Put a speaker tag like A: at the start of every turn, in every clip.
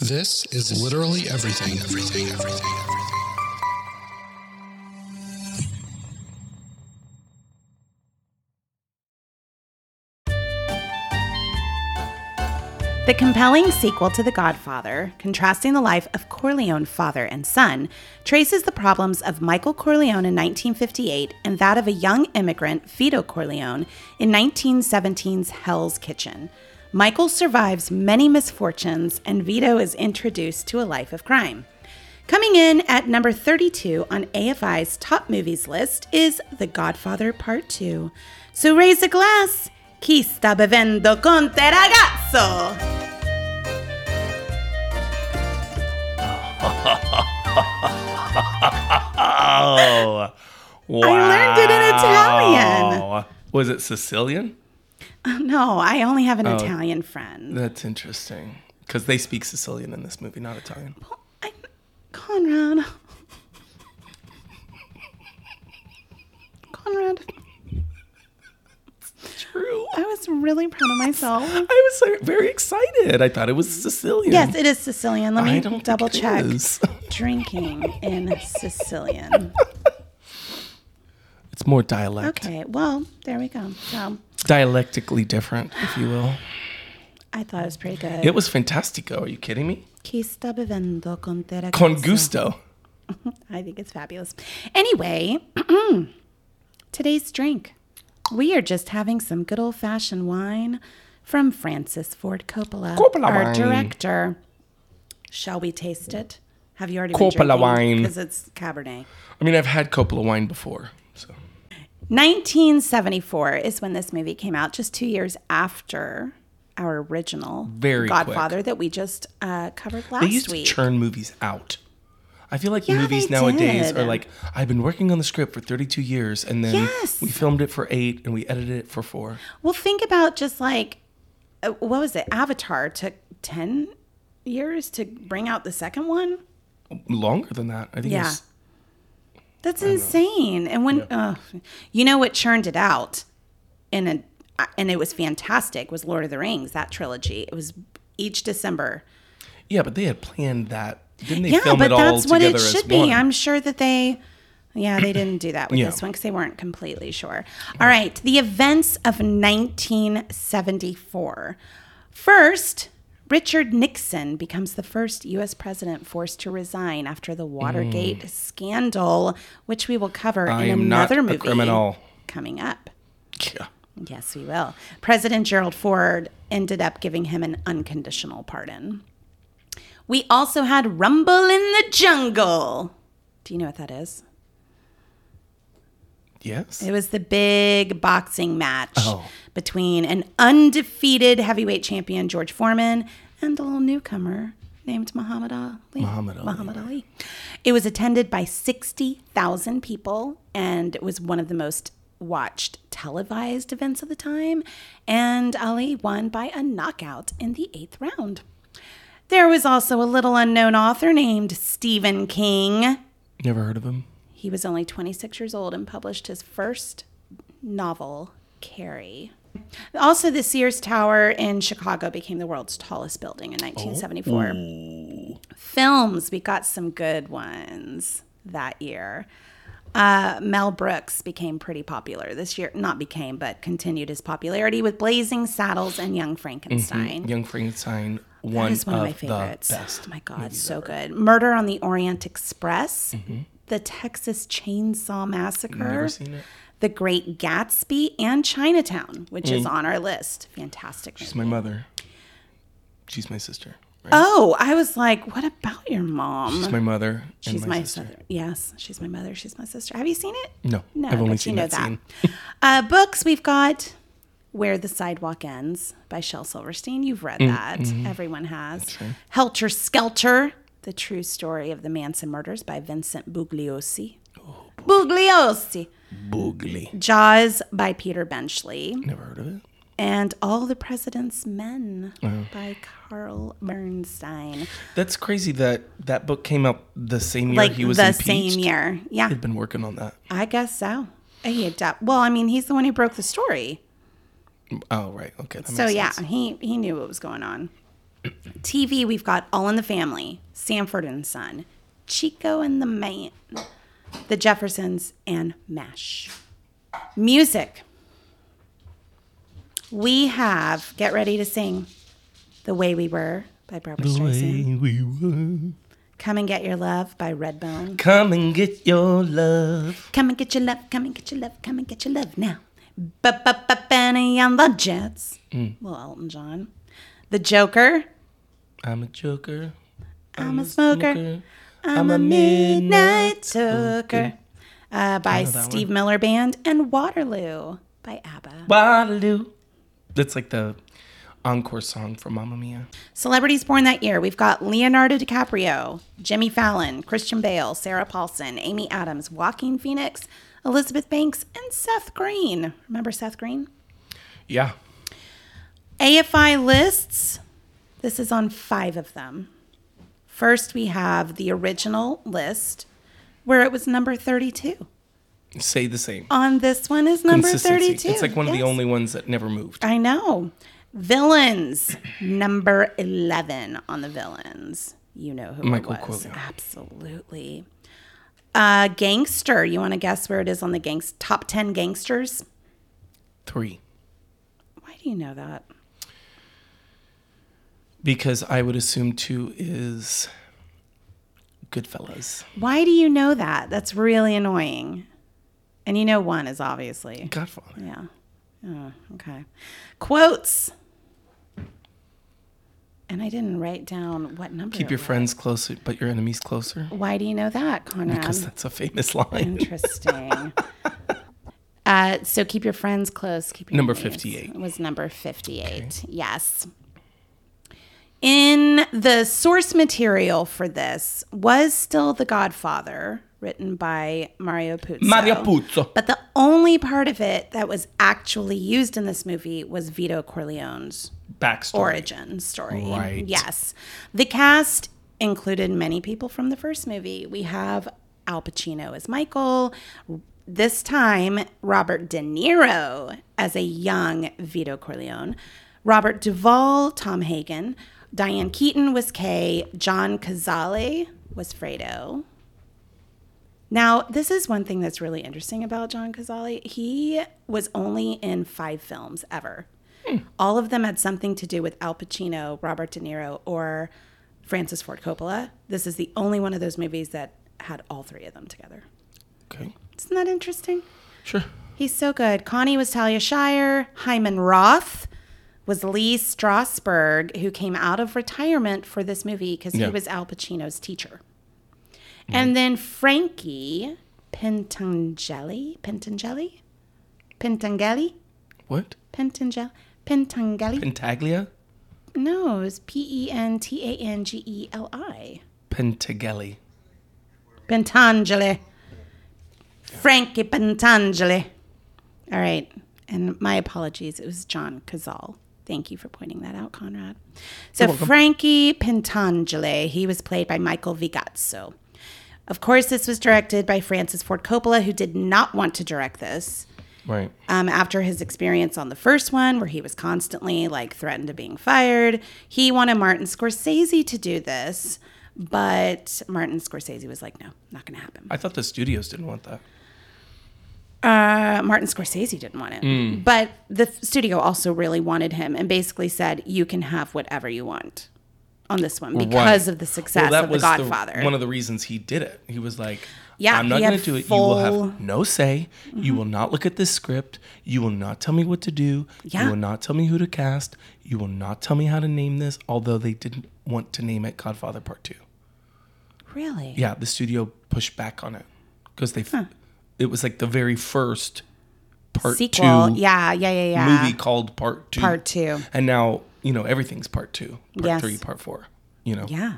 A: This is literally everything, everything, everything, everything.
B: The compelling sequel to The Godfather, contrasting the life of Corleone father and son, traces the problems of Michael Corleone in 1958 and that of a young immigrant, Vito Corleone, in 1917's Hell's Kitchen. Michael survives many misfortunes, and Vito is introduced to a life of crime. Coming in at number 32 on AFI's top movies list is The Godfather Part 2. So raise a glass. Chi sta bevendo con te ragazzo?
C: Oh, wow.
B: learned it in Italian.
C: Was it Sicilian?
B: No, I only have
C: Oh.
B: an Italian friend.
C: That's interesting. Because they speak Sicilian in this movie, not Italian.
B: I, Conrad. Conrad,
C: True.
B: I was really proud of myself.
C: I was like, very excited. I thought it was Sicilian.
B: Yes, it is Sicilian. Let
C: I
B: me
C: don't think
B: double
C: it
B: check.
C: is.
B: Drinking in Sicilian.
C: It's more dialect.
B: Okay, well, there we go. So
C: Dialectically different, if you will.
B: I thought it was pretty good.
C: It was fantastico. Are you kidding me?
B: Chi sta bevendo con te ragazzo?
C: Con gusto.
B: I think it's fabulous. Anyway, today's drink. We are just having some good old fashioned wine from Francis Ford Coppola,
C: Coppola
B: our
C: wine.
B: director. Shall we taste it? Have you already been
C: Coppola wine.
B: Because it's Cabernet.
C: I mean, I've had Coppola wine before. So
B: 1974 is when this movie came out, just two years after our original
C: Very quick.
B: Godfather that we just uh, covered last
C: they used to
B: week.
C: churn movies out. I feel like
B: Yeah,
C: movies
B: they
C: nowadays
B: did.
C: are like, I've been working on the script for 32 years, and then
B: Yes.
C: we filmed it for eight and we edited it for four.
B: Well, think about just like uh, what was it? Avatar took 10 years to bring out the second one.
C: Longer than that. I think it
B: Yeah.
C: was
B: That's insane. And when ugh, you know what churned it out in a uh, and it was fantastic was Lord of the Rings, that trilogy. It was each December.
C: Yeah, but they had planned that. Didn't they
B: yeah,
C: film
B: but
C: it all
B: that's what
C: together
B: it should
C: as
B: be.
C: one?
B: I'm sure that they yeah, they didn't do that with
C: Yeah.
B: this one because they weren't completely sure. All right, the events of 1974. First, Richard Nixon becomes the first U.S. president forced to resign after the Watergate scandal, which we will cover
C: Mm. I
B: in
C: am not
B: another
C: a
B: movie
C: criminal.
B: coming up.
C: Yeah.
B: Yes, we will. President Gerald Ford ended up giving him an unconditional pardon. We also had Rumble in the Jungle. Do you know what that is?
C: Yes.
B: It was the big boxing match
C: Oh.
B: between an undefeated heavyweight champion, George Foreman, and a little newcomer named Muhammad Ali.
C: Muhammad Ali.
B: Muhammad Ali. It was attended by 60,000 people and it was one of the most watched televised events of the time. And Ali won by a knockout in the eighth round. There was also a little unknown author named Stephen King.
C: Never heard of him.
B: He was only 26 years old and published his first novel, Carrie. Also, the Sears Tower in Chicago became the world's tallest building in 1974. Films, we got some good ones that year. Uh, Mel Brooks became pretty popular this year. Not became, but continued his popularity with Blazing Saddles and Young Frankenstein.
C: Young Frankenstein, one,
B: That is one of, my favorites.
C: the best.
B: Oh my god, so good. Murder on the Orient Express, The Texas Chainsaw Massacre,
C: Mm-hmm. Never seen it.
B: The Great Gatsby, and Chinatown, which is on our list. Fantastic.
C: She's my mother. She's my sister. Right?
B: oh, I was like, what about your mom?
C: she's my mother. And
B: She's
C: my,
B: my,
C: sister.
B: sister. Yes, she's my mother. She's my sister. Have you seen it?
C: No,
B: No,
C: I've only
B: but
C: seen
B: you know
C: that, scene.
B: uh, books we've got Where the Sidewalk Ends by Shel Silverstein. You've read
C: Mm,
B: that.
C: mm-hmm.
B: Everyone has. Helter Skelter, the true story of the Manson murders by Vincent Bugliosi.
C: Oh,
B: Bugliosi.
C: Boogly.
B: Jaws by Peter Benchley.
C: Never heard of it.
B: And All the President's Men
C: Oh.
B: by Carl Bernstein.
C: That's crazy that that book came out the same year
B: Like
C: he was
B: the
C: impeached.
B: same year. Yeah.
C: He'd been working on that.
B: I guess so. He adop- well, I mean, he's the one who broke the story.
C: Oh right, okay. That
B: So
C: makes
B: yeah,
C: sense.
B: he he knew what was going on. TV, we've got All in the Family, Sanford and Son, Chico and the Man, The Jeffersons, and MASH. Music. We have Get Ready to Sing, The Way We Were by Barbara Streisand.
C: we were.
B: Come and Get Your Love by Redbone.
C: Come and get your love.
B: Come and get your love, come and get your love, come and get your love now. Benny on the Jets.
C: Mm.
B: Little Elton John. The Joker.
C: I'm a joker.
B: I'm a smoker. I'm a midnight toker. Uh, by
C: Oh, that
B: Steve Miller Band and Waterloo by ABBA.
C: Waterloo. That's like the encore song from Mamma Mia.
B: Celebrities born that year. We've got Leonardo DiCaprio, Jimmy Fallon, Christian Bale, Sarah Paulson, Amy Adams, Joaquin Phoenix, Elizabeth Banks, and Seth Green. Remember Seth Green?
C: Yeah.
B: AFI lists. This is on five of them. First, we have the original list where it was number 32.
C: Say the same.
B: On this one is number
C: Consistency.
B: 32.
C: It's like one of the
B: Yes.
C: only ones that never moved.
B: I know. Villains, number 11 on the villains. You know who
C: Michael
B: it was.
C: Coelho.
B: Absolutely. Uh, gangster, you want to guess where it is on the gangs- top 10 gangsters?
C: Three.
B: Why do you know that?
C: Because I would assume two is Goodfellas.
B: Why do you know that? That's really annoying. And you know one is obviously.
C: Godfather.
B: Yeah. Oh, okay. Quotes. And I didn't write down what number.
C: Keep
B: it
C: your
B: was.
C: friends closer, but your enemies closer.
B: Why do you know that, Conrad?
C: Because that's a famous line.
B: Interesting. uh, so keep your friends close. Keep your
C: Number
B: enemies.
C: 58.
B: It was number fifty-eight. Yes. In the source material for this was still The Godfather, written by Mario Puzo.
C: Mario Puzo.
B: But the only part of it that was actually used in this movie was Vito Corleone's
C: Backstory.
B: origin story.
C: Right.
B: Yes. The cast included many people from the first movie. We have Al Pacino as Michael, this time Robert De Niro as a young Vito Corleone, Robert Duvall, Tom Hagen, Diane Keaton was Kay, John Cazale was Fredo. Now, this is one thing that's really interesting about John Cazale. He was only in five films ever. All of them had something to do with Al Pacino, Robert De Niro, or Francis Ford Coppola. This is the only one of those movies that had all three of them together.
C: Okay.
B: Isn't that interesting?
C: Sure.
B: He's so good. Connie was Talia Shire. Hyman Roth was Lee Strasberg, who came out of retirement for this movie because
C: Yeah.
B: he was Al Pacino's teacher. And then Frankie Pentangeli, Pentangeli, Pentangeli,
C: What?
B: Pentangeli, Pentangeli.
C: Pentaglia?
B: No, it's P E N T A N G E L I.
C: Pentagelli.
B: Pentangeli. Frankie Pentangeli. All right. And my apologies. It was John Cazal. Thank you for pointing that out, Conrad. So Frankie Pentangeli, he was played by Michael Vigazzo. Of course, this was directed by Francis Ford Coppola, who did not want to direct this
C: Right.
B: um, after his experience on the first one, where he was constantly like threatened of being fired. He wanted Martin Scorsese to do this, but Martin Scorsese was like, no, not going to happen.
C: I thought the studios didn't want that.
B: Uh, Martin Scorsese didn't want it,
C: Mm.
B: but the f- studio also really wanted him and basically said, you can have whatever you want on this one because
C: Right.
B: of the success
C: that
B: of The
C: was
B: Godfather.
C: one of the reasons he did it. He was like,
B: Yeah,
C: I'm not
B: he
C: going
B: had
C: to do it. You
B: full-
C: will
B: Mm-hmm.
C: have no say. You will not look at this script. You will not tell me what to do.
B: Yeah.
C: You will not tell me who to cast. You will not tell me how to name this, although they didn't want to name it Godfather Part 2.
B: really?
C: Yeah, the studio pushed back on it because they, f it was like the very first Part
B: Sequel.
C: 2
B: yeah, yeah, yeah, yeah.
C: movie called Part 2.
B: Part Two.
C: And now, you know, everything's Part 2, Part
B: Yes.
C: 3, Part 4. You know,
B: Yeah.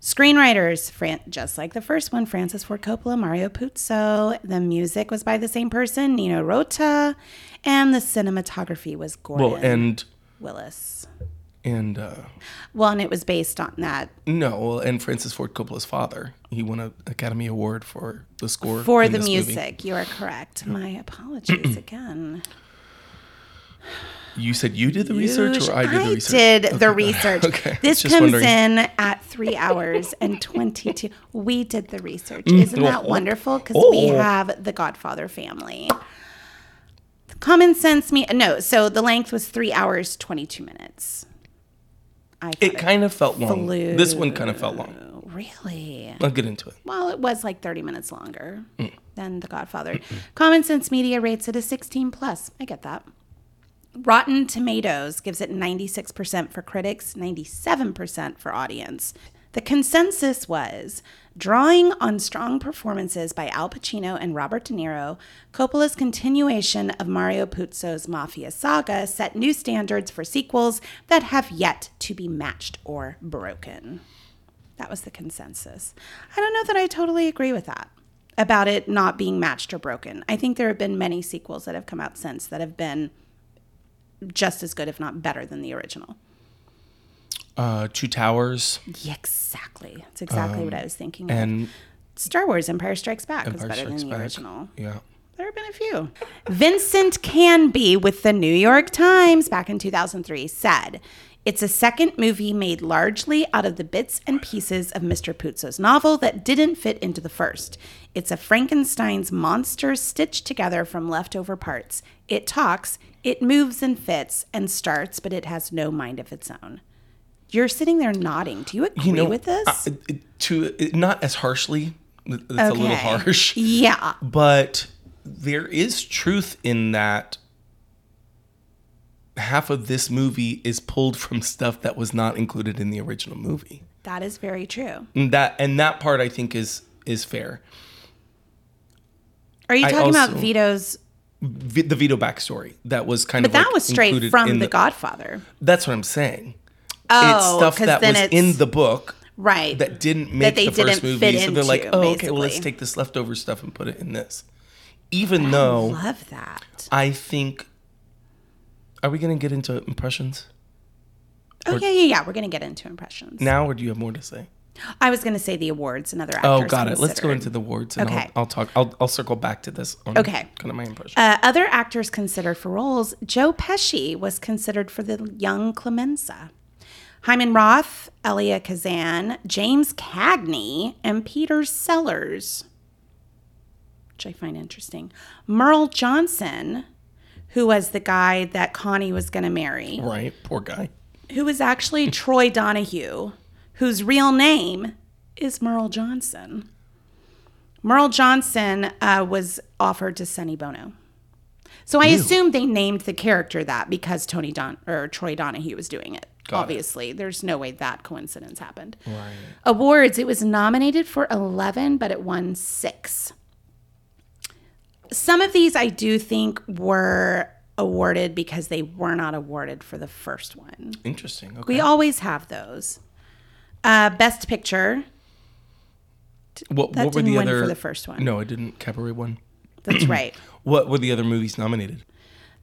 B: Screenwriters, Fran- just like the first one, Francis Ford Coppola, Mario Puzo. The music was by the same person, Nino Rota, and the cinematography was Gordon
C: well, and
B: Willis.
C: and uh,
B: Well, and it was based on that
C: no, well, and Francis Ford Coppola's father. He won an Academy Award for the score
B: for
C: in
B: the
C: this movie.
B: music. You are correct. My apologies again.
C: You said you did the research, or I did the research.
B: did
C: Okay,
B: the
C: good.
B: research.
C: Okay,
B: This
C: just
B: comes
C: wondering.
B: in at three hours and 22. We did the research. Isn't that wonderful? Because we
C: Mm, Oh.
B: have the Godfather family. Common sense me. No, so the length was three hours, 22 minutes. I
C: It
B: thought
C: kind of felt long.
B: Flew.
C: This one kind of felt long.
B: it- really?
C: I'll get into it.
B: Well, it was like 30 minutes longer than The Godfather. Common Sense Media rates it a 16 plus. I get that. Rotten Tomatoes gives it 96% for critics, 97% for audience. The consensus was drawing on strong performances by Al Pacino and Robert De Niro, Coppola's continuation of Mario Puzo's mafia saga set new standards for sequels that have yet to be matched or broken. That was the consensus. I don't know that I totally agree with that about it not being matched or broken. I think there have been many sequels that have come out since that have been just as good, if not better, than the original.
C: Uh, Two Towers
B: Yeah, exactly. That's exactly what I was thinking. of.
C: Um, and
B: Star Wars Empire Strikes Back was
C: Empire
B: better
C: Strikes
B: than the
C: Back.
B: original.
C: yeah.
B: There have been a few. Vincent Canby with the New York Times back in 2003 said, It's a second movie made largely out of the bits and pieces of Mr. Puzo's novel that didn't fit into the first. It's a Frankenstein's monster stitched together from leftover parts. It talks, it moves and fits and starts, but it has no mind of its own. You're sitting there nodding. Do you agree
C: You know,
B: with this?
C: I- it- to it- not as harshly. Th- That's a little
B: Okay.
C: harsh,
B: yeah.
C: but there is truth in that. Half of this movie is pulled from stuff that was not included in the original movie.
B: That is very true.
C: And that and that part I think is is fair.
B: Are you
C: I
B: talking about
C: also-
B: Vito's?
C: V- the Vito backstory that was kind
B: But
C: of
B: that
C: like,
B: was straight
C: included
B: from
C: in
B: The Godfather.
C: That's what I'm saying. it's
B: Oh,
C: stuff
B: 'cause
C: that
B: then
C: was
B: it's-
C: in the book
B: Right.
C: that didn't make
B: they
C: the first
B: didn't
C: movie.
B: fit
C: so they're like,
B: into,
C: oh, okay, well, let's
B: basically.
C: take this leftover stuff and put it in this. Even though
B: Love that.
C: I think, are we going to get into impressions
B: Oh yeah, yeah, yeah. We're gonna get into impressions.
C: now, or do you have more to say?
B: I was gonna say the awards and other actors.
C: Oh, got it. Let's go
B: considered.
C: into the wards and
B: Okay.
C: I'll, I'll talk. I'll, I'll circle back to this. On
B: Okay.
C: Kind of my impression.
B: Uh, other actors considered for roles. Joe Pesci was considered for the young Clemenza. Hyman Roth, Elia Kazan, James Cagney, and Peter Sellers, which I find interesting. Merle Johnson, who was the guy that Connie was going to marry.
C: right. Poor guy.
B: who is actually Troy Donahue, whose real name is Merle Johnson. Merle Johnson uh, was offered to Sonny Bono. So I assume they named the character that because Tony Don or Troy Donahue was doing it.
C: Got it.
B: Obviously, there's no way that coincidence happened. Awards, it was nominated for 11, but it won six. Some of these I do think were awarded because they were not awarded for the first one.
C: Interesting. Okay.
B: We always have those. Uh, best picture.
C: what,
B: that
C: what were
B: didn't
C: the
B: win for
C: other?
B: the first one.
C: No, I didn't. Cabaret one.
B: That's right.
C: What were the other movies nominated?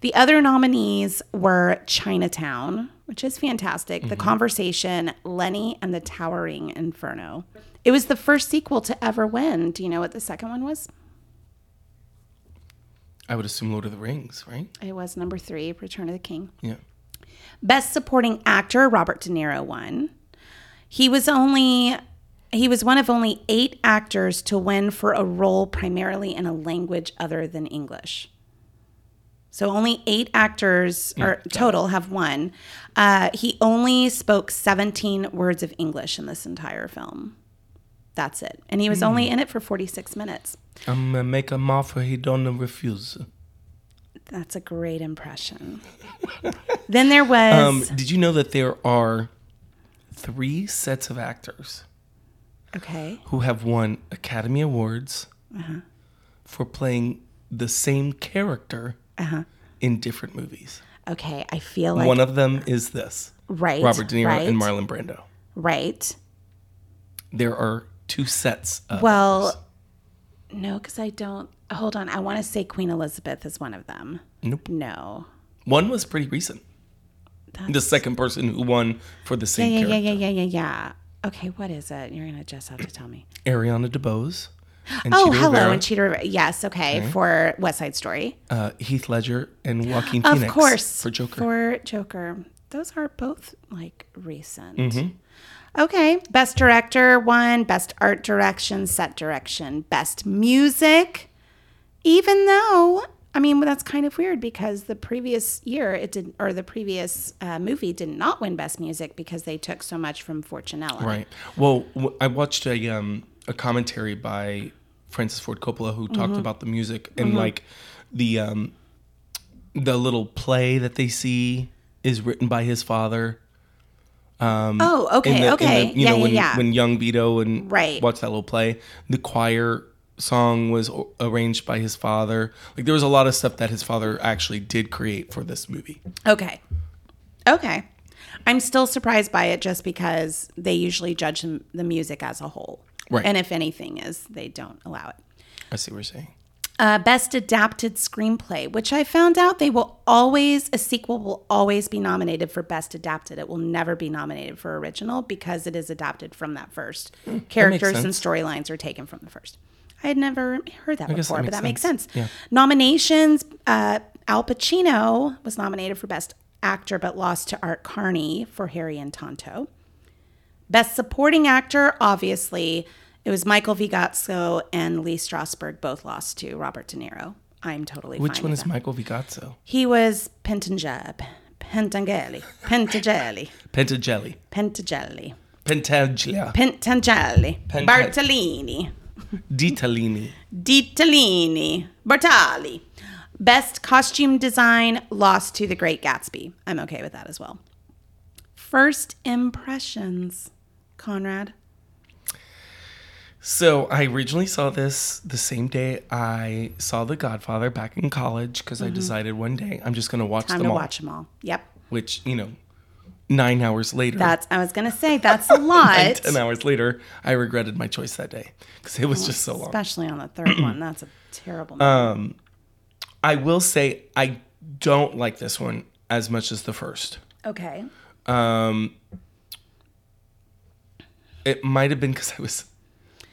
B: The other nominees were Chinatown, which is fantastic, The Conversation, Lenny, and The Towering Inferno. It was the first sequel to ever win. Do you know what the second one was?
C: I would assume Lord of the Rings, right?
B: It was number three, Return of the King.
C: Yeah.
B: Best Supporting Actor, Robert De Niro won. He was only he was one of only eight actors to win for a role primarily in a language other than English. So only eight actors or total have won. Uh, he only spoke 17 words of English in this entire film. That's it. And he was
C: Hmm.
B: only in it for 46 minutes.
C: I'm gonna make him offer he don't refuse.
B: That's a great impression. then there was
C: Um, did you know that there are three sets of actors
B: okay.
C: who have won Academy Awards
B: Uh-huh.
C: for playing the same character in different movies?
B: Okay, I feel Uh-huh. like
C: One of them is this
B: Right.
C: Robert De Niro
B: right,
C: and Marlon Brando.
B: Right.
C: There are two sets. Of
B: Well, no, because I don't. Hold on. I want to say Queen Elizabeth is one of them.
C: Nope.
B: No.
C: one was pretty recent. The second person who won for the
B: Yeah,
C: same
B: yeah,
C: character.
B: yeah, yeah, yeah, yeah, yeah. Okay, what is it? You're going to just have to tell me.
C: Ariana DeBose and
B: oh,
C: Cheetah
B: hello,
C: Rivera,
B: and Cheetah Rivera. Yes, okay, for West Side Story.
C: uh, Heath Ledger and Joaquin
B: Of
C: Phoenix
B: course.
C: for Joker.
B: For Joker. Those are both like recent.
C: Mm-hmm.
B: Okay. Best director one, best art direction, set direction, best music. Even though, I mean, that's kind of weird because the previous year it did, or the previous uh, movie did not win best music because they took so much from Fortunella.
C: Right. Well, w- I watched a um a commentary by Francis Ford Coppola who talked
B: Mm-hmm.
C: about the music and like the um the little play that they see is written by his father.
B: Oh, okay,
C: in the,
B: okay.
C: In the, you
B: yeah,
C: know,
B: yeah,
C: when,
B: yeah.
C: when young Vito and
B: Right.
C: watched that little play, the choir song was o- arranged by his father. Like there was a lot of stuff that his father actually did create for this movie.
B: Okay. Okay. I'm still surprised by it just because they usually judge m- the music as a whole.
C: Right.
B: And if anything is, they don't allow it.
C: I see what you're saying.
B: Uh, best adapted screenplay, which I found out they will always, a sequel will always be nominated for best adapted. It will never be nominated for original because it is adapted from that first. Characters and
C: Hmm, sense.
B: storylines are taken from the first. I had never heard that
C: guess that
B: before, but
C: makes
B: that makes
C: sense.
B: sense. Nominations uh, Al Pacino was nominated for best actor but lost to Art Carney for Harry and Tonto. Best supporting actor, obviously, it was Michael Vigazzo and Lee Strasberg both lost to Robert De Niro. I'm totally
C: Which
B: fine
C: one
B: with
C: is
B: that.
C: Michael Vigazzo?
B: He was Pentangeli, Pentangeli, Pentangeli,
C: Pentageli.
B: Pentangeli,
C: Pentaglia.
B: Pentangeli,
C: Penta-
B: Bartolini,
C: Ditalini.
B: Ditalini, Bartali. Best costume design lost to The Great Gatsby. I'm okay with that as well. First impressions, Conrad.
C: So I originally saw this the same day I saw The Godfather back in college because I decided one day I'm just going to watch
B: Mm-hmm. Time
C: them
B: to
C: all.
B: watch them all. Yep.
C: Which you know, nine hours later,
B: That's I was gonna say that's a
C: and
B: lot,
C: ten hours later, I regretted my choice that day because it was
B: Oh,
C: just so long.
B: especially on the third one. That's a
C: Um,
B: terrible.
C: I will say I don't like this one as much as the first.
B: okay,
C: It might have been because I was.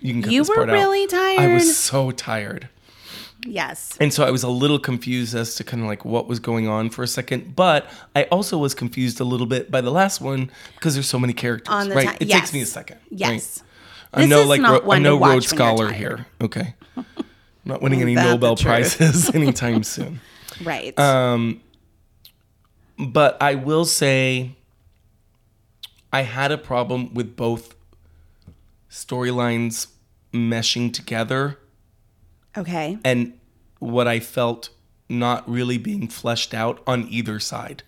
C: You can cut
B: You
C: this
B: were
C: part out.
B: really
C: I
B: tired.
C: was so tired.
B: yes,
C: And so I was a little confused as to kind of like what was going on for a second, but I also was confused a little bit by the last one because there's so many characters.
B: On the
C: right,
B: ti-
C: it
B: yes.
C: takes me a second. right?
B: yes.
C: I'm
B: This
C: no
B: is
C: like
B: not
C: Ro-
B: one
C: I'm
B: to
C: no
B: watch
C: Rhodes
B: when you're
C: Scholar
B: tired.
C: here. Okay, I'm not winning any
B: That's the
C: Nobel
B: truth.
C: prizes anytime soon.
B: Right.
C: Um, But I will say, I had a problem with both storylines meshing together.
B: okay.
C: and what I felt not really being fleshed out on either side.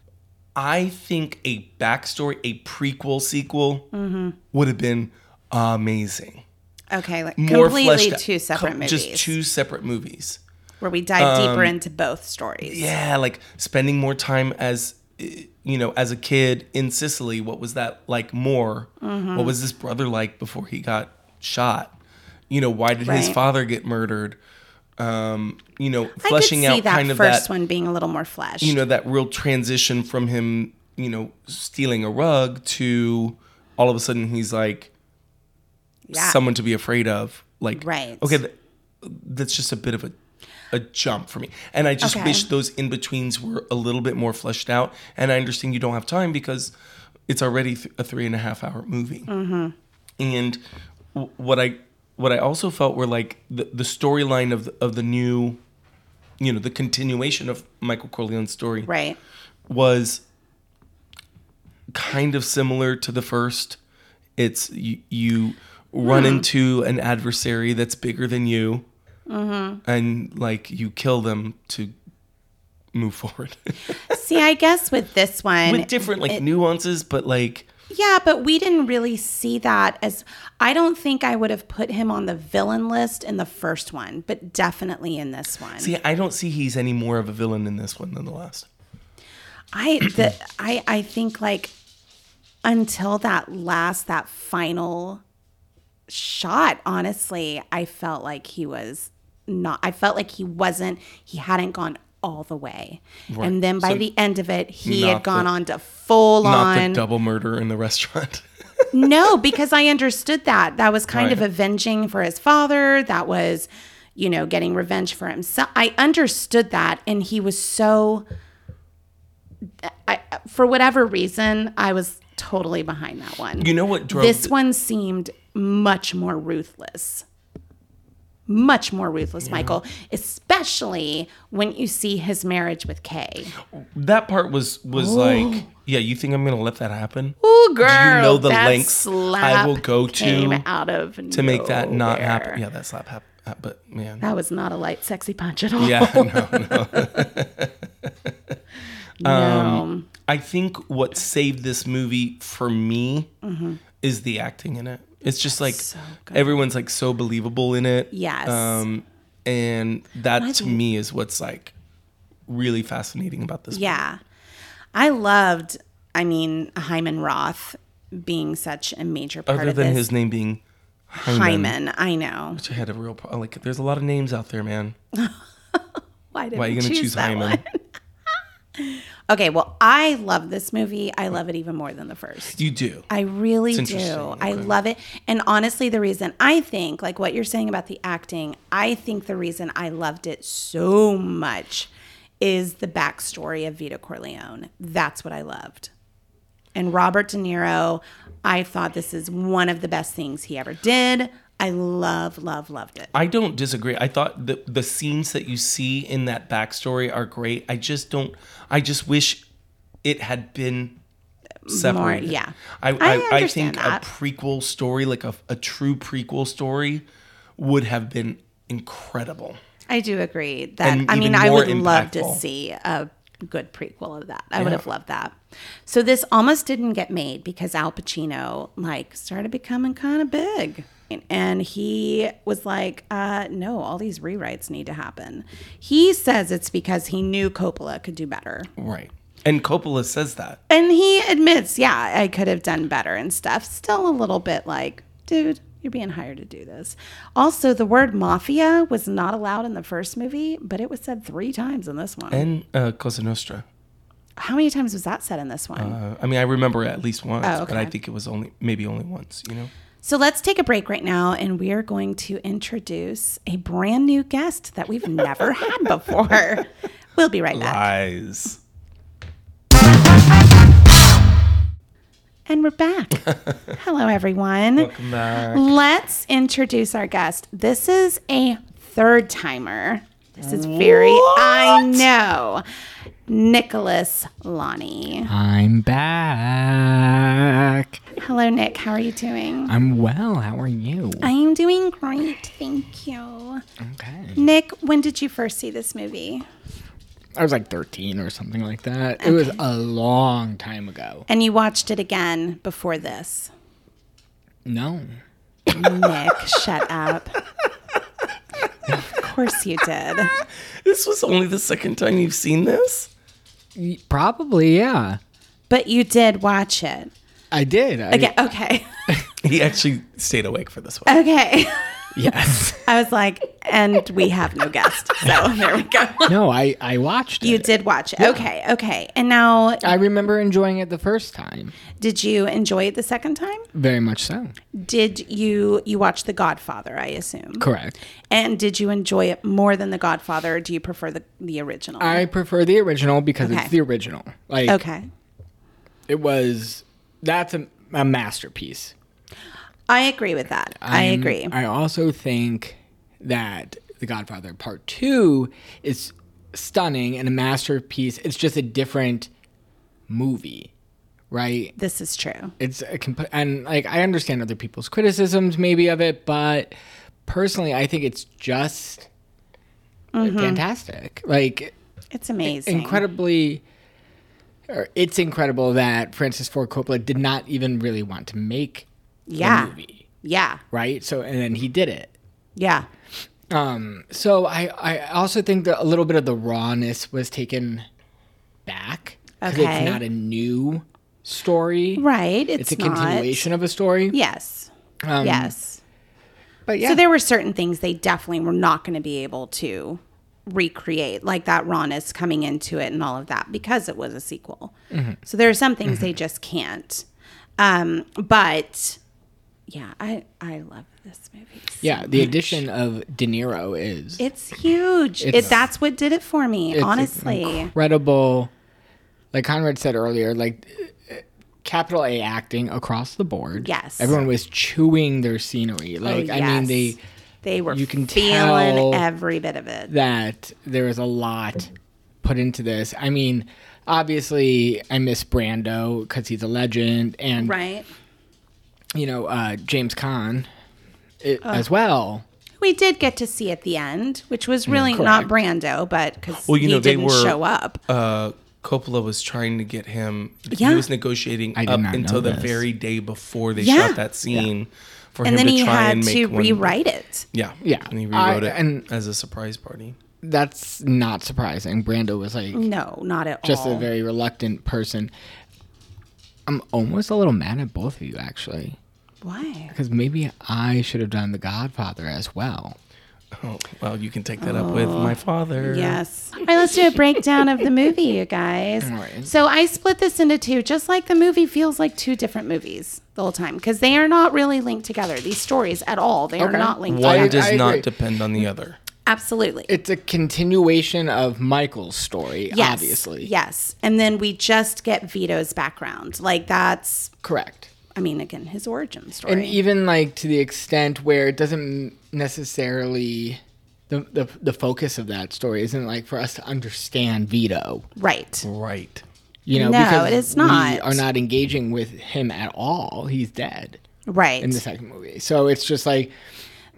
C: I think a backstory, a prequel sequel,
B: Mm-hmm.
C: would have been amazing.
B: Okay. Like
C: More
B: completely
C: fleshed out-
B: two separate
C: com-
B: movies
C: Just two separate movies.
B: where we dive deeper into both stories.
C: Yeah, like spending more time as eh, you know, as a kid in Sicily. What was that like? More.
B: Mm-hmm.
C: What was his brother like before he got shot? You know, why did his
B: Right.
C: father get murdered? Um, you know,
B: I could
C: fleshing
B: see
C: out
B: that
C: kind of that
B: first one being a little more fleshed.
C: you know that real transition from him you know stealing a rug to all of a sudden he's like
B: yeah.
C: someone to be afraid of like
B: Right.
C: okay th- that's just a bit of a a jump for me and i just
B: Okay.
C: wish those in betweens were a little bit more fleshed out and i understand you don't have time because it's already th- a three and a half hour movie
B: Mm-hmm.
C: and w- what i what i also felt were like the, the storyline of the, of the new you know the continuation of michael corleone's story
B: right.
C: was kind of similar to the first. It's you, you run
B: Hmm.
C: into an adversary that's bigger than you,
B: Mm-hmm.
C: and like you kill them to move forward
B: See, I guess with this one,
C: with different like nuances, but like
B: Yeah, but we didn't really see that as I don't think I would have put him on the villain list in the first one, but definitely in this one.
C: see, I don't see he's any more of a villain in this one than the last.
B: I the I I think like until that last that final shot, honestly, I felt like he was not I felt like he wasn't he hadn't gone all the way. And then by
C: So-
B: the end of it, he
C: Not
B: had gone
C: the-
B: on to full
C: Not
B: on
C: the double murder in the restaurant.
B: no, because I understood that. That was kind of
C: Right.
B: avenging for his father. That was, you know, getting revenge for himself. I understood that. And he was so, I, for whatever reason, I was totally behind that one.
C: You know what drove
B: this
C: th-
B: one seemed much more ruthless. Much more ruthless, Michael, especially when you see his marriage with Kay.
C: that part was was like, yeah, you think I'm gonna let that happen?
B: Ooh, girl,
C: know the
B: that
C: lengths I
B: slap
C: will go to
B: came out of
C: To make that not happen. Yeah, that slap happened. But man,
B: That was not a light, sexy punch at all.
C: yeah, no, no.
B: No.
C: I think what saved this movie for me
B: Mm-hmm.
C: is the acting in it. It's just like everyone's like so believable in it.
B: Yes.
C: Um, and that to me is what's like really fascinating about this.
B: yeah. I loved, I mean, Hyman Roth being such a major part
C: movie. Other
B: of
C: than
B: this.
C: his name being Hyman.
B: Hyman, I know.
C: Which I had a real pro- like. There's a lot of names out there, man.
B: Why did
C: Why are
B: we
C: you gonna choose,
B: choose that
C: Hyman?
B: one? Okay, well, I love this movie. I love it even more than the first.
C: You do.
B: I really do.
C: interesting.
B: I love it. And honestly, the reason I think, like what you're saying about the acting, I think the reason I loved it so much is the backstory of Vito Corleone. That's what I loved. And Robert De Niro, I thought this is one of the best things he ever did. I love, love, loved it.
C: I don't disagree. I thought the the scenes that you see in that backstory are great. I just don't. I just wish it had been separated.
B: yeah.
C: I
B: I
C: I, I,
B: understand
C: think
B: that.
C: a prequel story, like a a true prequel story, would have been incredible.
B: I do agree that
C: And
B: I mean
C: even
B: I
C: more
B: would love to
C: impactful.
B: see a good prequel of that. I would have loved that. So this almost didn't get made because Al Pacino like started becoming kind of big. And he was like, uh, no, all these rewrites need to happen. He says it's because he knew Coppola could do better.
C: Right. And Coppola says that.
B: And he admits, yeah, I could have done better and stuff. Still a little bit like, dude, you're being hired to do this. Also, the word mafia was not allowed in the first movie, but it was said three times in this one.
C: And uh, Cosa Nostra.
B: How many times was that said in this one?
C: Uh, I mean, I remember at least once,
B: Oh,
C: but I
B: okay.
C: think it was only maybe only once. You know.
B: so let's take a break right now, and we are going to introduce a brand new guest that we've never had before. We'll be right back.
C: Lies.
B: And we're back. Hello, everyone.
C: Welcome back.
B: Let's introduce our guest. This is a third timer. This is very, I know, Nicholas Lonnie.
D: I'm back.
B: Hello, Nick. How are you doing?
D: I'm well. How are you?
B: I'm doing great. Thank you.
D: okay.
B: Nick, when did you first see this movie?
D: I was like 13 or something like that. It was a long time ago.
B: And you watched it again before this.
D: No.
B: Nick, shut up. Of course you did.
C: This was only the second time you've seen this.
D: Y- Probably, yeah.
B: But you did watch it.
D: I did. I,
B: Okay. Okay.
C: He actually stayed awake for this one.
B: Okay.
D: Yes.
B: I was like, and we have no guest. So there we go.
D: no, I, I watched
B: You
D: it.
B: did watch it. Okay. Okay. And now,
D: I remember enjoying it the first time.
B: did you enjoy it the second time?
D: Very much so.
B: Did you, you watched The Godfather, I assume?
D: Correct.
B: And did you enjoy it more than The Godfather? Or do you prefer the, the original?
D: I prefer the original because
B: Okay.
D: it's the original. Like,
B: okay.
D: it was, that's a, a masterpiece.
B: I agree with that. i
D: I'm-
B: agree.
D: I also think that The Godfather Part 2 is stunning and a masterpiece. It's just a different movie, right?
B: this is true.
D: It's a comp- and like I understand other people's criticisms maybe of it, but personally I think it's just
B: Mm-hmm.
D: fantastic. Like
B: It's amazing.
D: incredibly or it's incredible that Francis Ford Coppola did not even really want to make
B: Yeah.
D: the movie,
B: Yeah.
D: right? So and then he did it.
B: Yeah.
D: So I, I also think that a little bit of the rawness was taken back. 'cause
B: Okay.
D: It's not a new story.
B: Right. It's,
D: It's, a
B: not.
D: continuation Um, of a story.
B: Yes. yes.
D: But yeah.
B: So there were certain things they definitely were not going to be able to recreate, like that rawness coming
D: Mm-hmm.
B: into it and all of that, because it was a sequel. So there are some things they just can't. Um, but yeah, I I love this movie. so
D: Yeah, the addition of De Niro is
B: It's huge.
D: It's-
B: it, that's what did it for me,
D: it's
B: honestly.
D: incredible. Like Conrad said earlier, like eh, capital A acting across the board.
B: Yes.
D: everyone was chewing their scenery.
B: Oh,
D: Like I mean,
B: yes.
D: they
B: they were
D: you can
B: feeling
D: tell
B: every bit of it.
D: that there was a lot put into this. I mean, obviously, I miss Brando because he's a legend, and
B: Right.
D: you know uh, James Caan eh, as well.
B: We did get to see at the end, which was really not Brando, but because
C: Well, you
B: he
C: know, they
B: didn't
C: were-
B: show up.
C: uh, Coppola was trying to get him.
B: Yeah.
C: He was negotiating
D: I did
C: up
D: not know
C: until the
D: this.
C: very day before they
B: Yeah.
C: shot that scene for
B: And
C: him
B: then
C: to
B: he
C: try
B: had
C: and make
B: to
C: one-
B: rewrite it.
C: Yeah,
D: Yeah.
C: and he
D: I-
C: rewrote it
D: and-
C: as a surprise party.
D: That's not surprising. Brando was like
B: No, not at
D: just
B: all.
D: a very reluctant person. I'm almost a little mad at both of you actually,
B: Why?
D: because maybe I should have done The Godfather as well.
C: Oh, well, you can take that up with my father.
B: Oh, Yes. All right, let's do a breakdown of the movie, you guys.
D: right.
B: So I split this into two, just like the movie feels like two different movies the whole time, because they are not really linked together. These stories at all, they are
D: Okay.
B: not linked
C: One
D: I-
B: together.
C: does
D: I agree.
C: not depend on the other.
B: Absolutely.
D: It's a continuation of Michael's story,
B: yes.
D: obviously.
B: Yes. And then we just get Vito's background. Like that's,
D: Correct.
B: I mean, again, his origin story.
D: and even like to the extent where it doesn't necessarily the, the the focus of that story isn't like for us to understand Vito,
B: right.
C: Right.
D: you know,
B: No, it is not.
D: we are not engaging with him at all. He's dead
B: Right.
D: in the second movie, so it's just like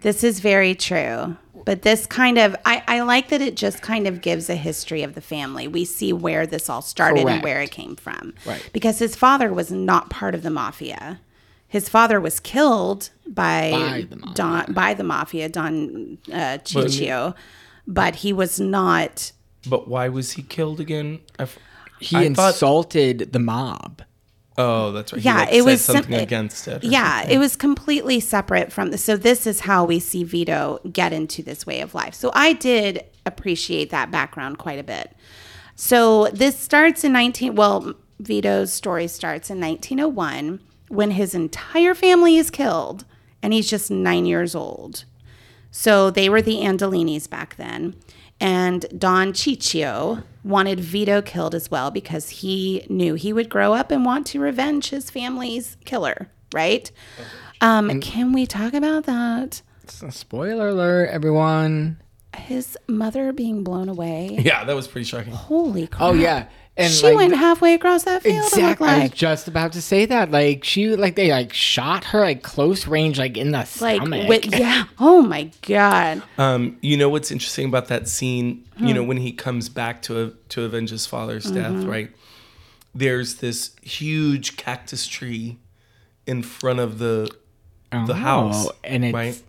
B: This is very true. But this kind of, I, I like that it just kind of gives a history of the family. We see where this all started and
D: Correct.
B: where it came from.
D: Right.
B: Because his father was not part of the mafia. His father was killed by,
D: By the mafia.
B: Don, by the mafia, Don uh, Ciccio, but he was not.
C: But why was he killed again? I f-
D: he
C: I thought-
D: insulted the mob.
C: oh, that's right. He,
B: Yeah,
C: like,
B: it
C: said
B: was sim-
C: something
B: it-
C: against it. or
B: Yeah, it was completely separate from this. So this is how we see Vito get into this way of life. So I did appreciate that background quite a bit. So this starts in 19 well Vito's story starts in 1901 when his entire family is killed and he's just 9 years old. So they were the Andolinis back then. And Don Ciccio wanted Vito killed as well because he knew he would grow up and want to revenge his family's killer, right? Um, can we talk about that?
D: So, spoiler alert, everyone.
B: His mother being blown away.
C: something. Yeah, that was pretty shocking.
B: Holy crap.
D: Oh yeah, and
B: she
D: like,
B: went halfway across that field.
D: Exactly.
B: I'm
D: I was
B: like,
D: just about to say that. Like she, like they, like shot her like close range, like in the
B: like,
D: stomach. Uh,
B: with, yeah. Oh my God.
C: Um, you know what's interesting about that scene? You know when he comes back to to avenge his father's death, right? There's this huge cactus tree in front of the the
D: Oh,
C: house,
D: and it's
C: right?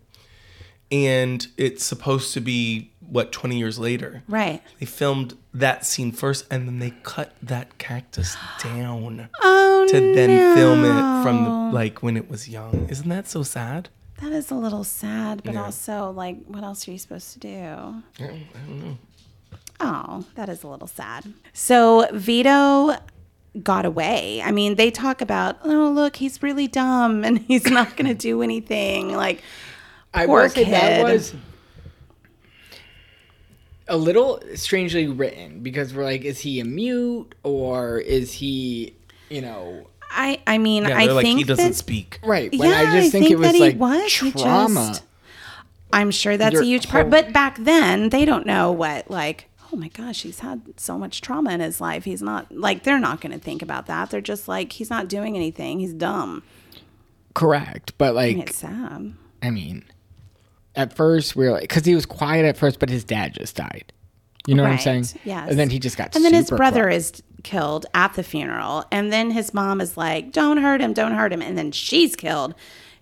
C: And it's supposed to be what 20 years later.
B: Right.
C: They filmed that scene first, and then they cut that cactus down
B: Oh,
C: to then
B: no.
C: film it from the, like when it was young. Isn't that so sad?
B: That is a little sad, but also like, what else are you supposed to do? Oh, that is a little sad. So Vito got away. I mean, they talk about, oh look, he's really dumb and he's not going to do anything. Like,
D: I
B: Poor
D: will say that
B: kid.
D: was a little strangely written because we're like, is he a mute or is he, you know,
B: I, I mean,
C: Yeah,
B: I
C: they're like
B: think
C: he doesn't
B: that-
C: speak.
D: right? When I
B: Yeah,
D: just
B: I
D: think,
B: think
D: it was
B: that he
D: like
B: was. He
D: trauma.
B: just- I'm sure that's a
D: Your
B: huge part.
D: whole-
B: But back then, they don't know what, like, oh my gosh, he's had so much trauma in his life. He's not, like, they're not going to think about that. They're just like, he's not doing anything. He's dumb.
D: Correct, but like,
B: It's sad.
D: I mean, at first we were like, because he was quiet at first, but his dad just died. You know what I'm
B: Right,
D: saying?
B: yes.
D: And then he just got.
B: And then his
D: super
B: brother
D: quiet.
B: is killed at the funeral. And then his mom is like, don't hurt him, don't hurt him. And then she's killed.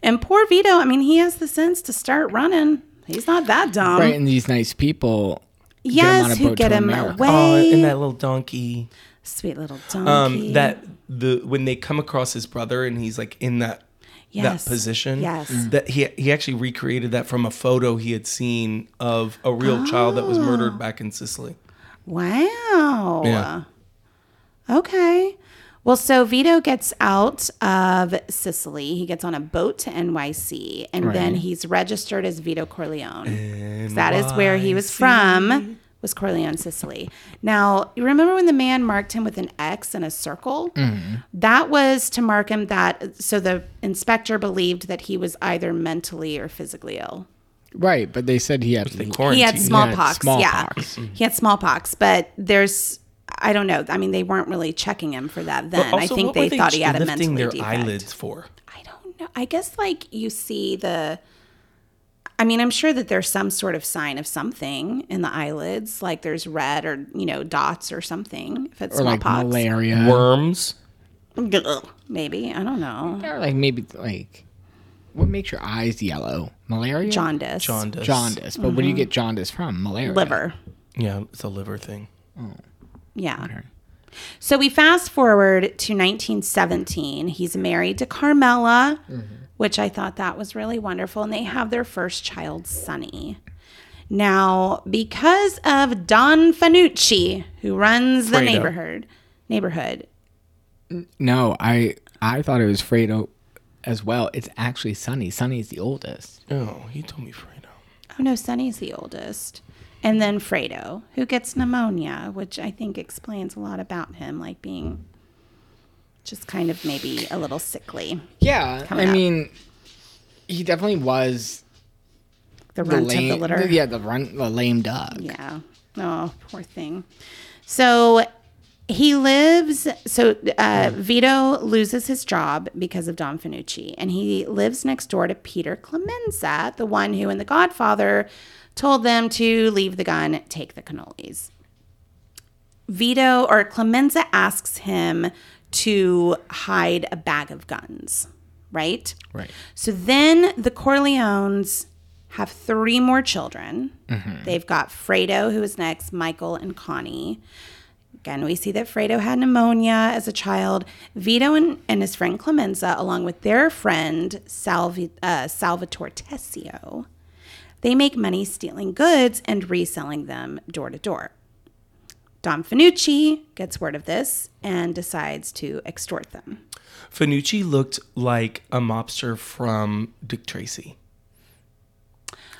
B: And poor Vito, I mean, he has the sense to start running. He's not that dumb.
D: right, and these nice people. get him on
B: Yes,
D: a
B: who
D: boat
B: get
D: to
B: him
D: America.
B: away.
C: Oh, and that little donkey.
B: Sweet little
C: um
B: donkey.
C: that the when they come across his brother and he's like in that
B: Yes.
C: that position
B: Yes. Mm.
C: that he he actually recreated that from a photo he had seen of a real child that was
B: Ah.
C: murdered back in Sicily
B: Wow.
C: Yeah.
B: Okay. Well, so Vito gets out of Sicily. He gets on a boat to NYC, and then
D: Right.
B: he's registered as Vito Corleone. 'Cause That is where he was from. Was Corleone, Sicily. Now, you remember when the man marked him with an X and a circle? That was to mark him that, so the inspector believed that he was either mentally or physically ill.
D: Right, but they said he had
C: They
B: He
C: quarantined.
B: had smallpox.
D: smallpox.
B: Yeah. He had smallpox, but there's I don't know. I mean, they weren't really checking him for that then. I think they, thought he had a mental
C: lifting their
B: defect.
C: eyelids for.
B: I don't know. I guess like you see the I mean, I'm sure that there's some sort of sign of something in the eyelids, like there's red or, you know, dots or something if it's
D: or like
B: smallpox.
D: malaria,
C: Um, Worms.
B: Ugh. Maybe. I don't know.
D: or like maybe like what makes your eyes yellow? Malaria,
B: Jaundice. Mm-hmm.
C: Jaundice.
D: jaundice. But where do you get jaundice from? Malaria,
B: Liver.
C: Yeah, it's a liver thing.
B: Yeah. So we fast forward to 1917. He's married to Carmela, which I thought that was really wonderful. And they have their first child, Sonny. Now, because of Don Fanucci, who runs the
C: Fredo.
B: neighborhood, neighborhood.
D: No, I I thought it was Fredo as well. It's actually Sunny. Sunny's the oldest.
C: Oh, he told me Fredo.
B: Oh no, Sonny's the oldest. And then Fredo, who gets pneumonia, which I think explains a lot about him, like being just kind of maybe a little sickly.
D: Yeah,
B: Coming
D: I
B: up.
D: mean, he definitely was
B: The
D: the
B: runt
D: lame.
B: of the litter.
D: Yeah, the run, the lame dog.
B: Yeah. Oh, poor thing. So he lives. So uh, Vito loses his job because of Don Finucci, and he lives next door to Peter Clemenza, the one who in The Godfather told them to leave the gun, take the cannolis. Vito or Clemenza asks him to hide a bag of guns, right?
D: Right.
B: So then the Corleones have three more children. They've got Fredo, who is next, Michael, and Connie. Again, we see that Fredo had pneumonia as a child. Vito and, and his friend Clemenza, along with their friend Salvi, uh, Salvatore Tessio, they make money stealing goods and reselling them door to door. Don Finucci gets word of this and decides to extort them.
C: Finucci looked like a mobster from Dick Tracy.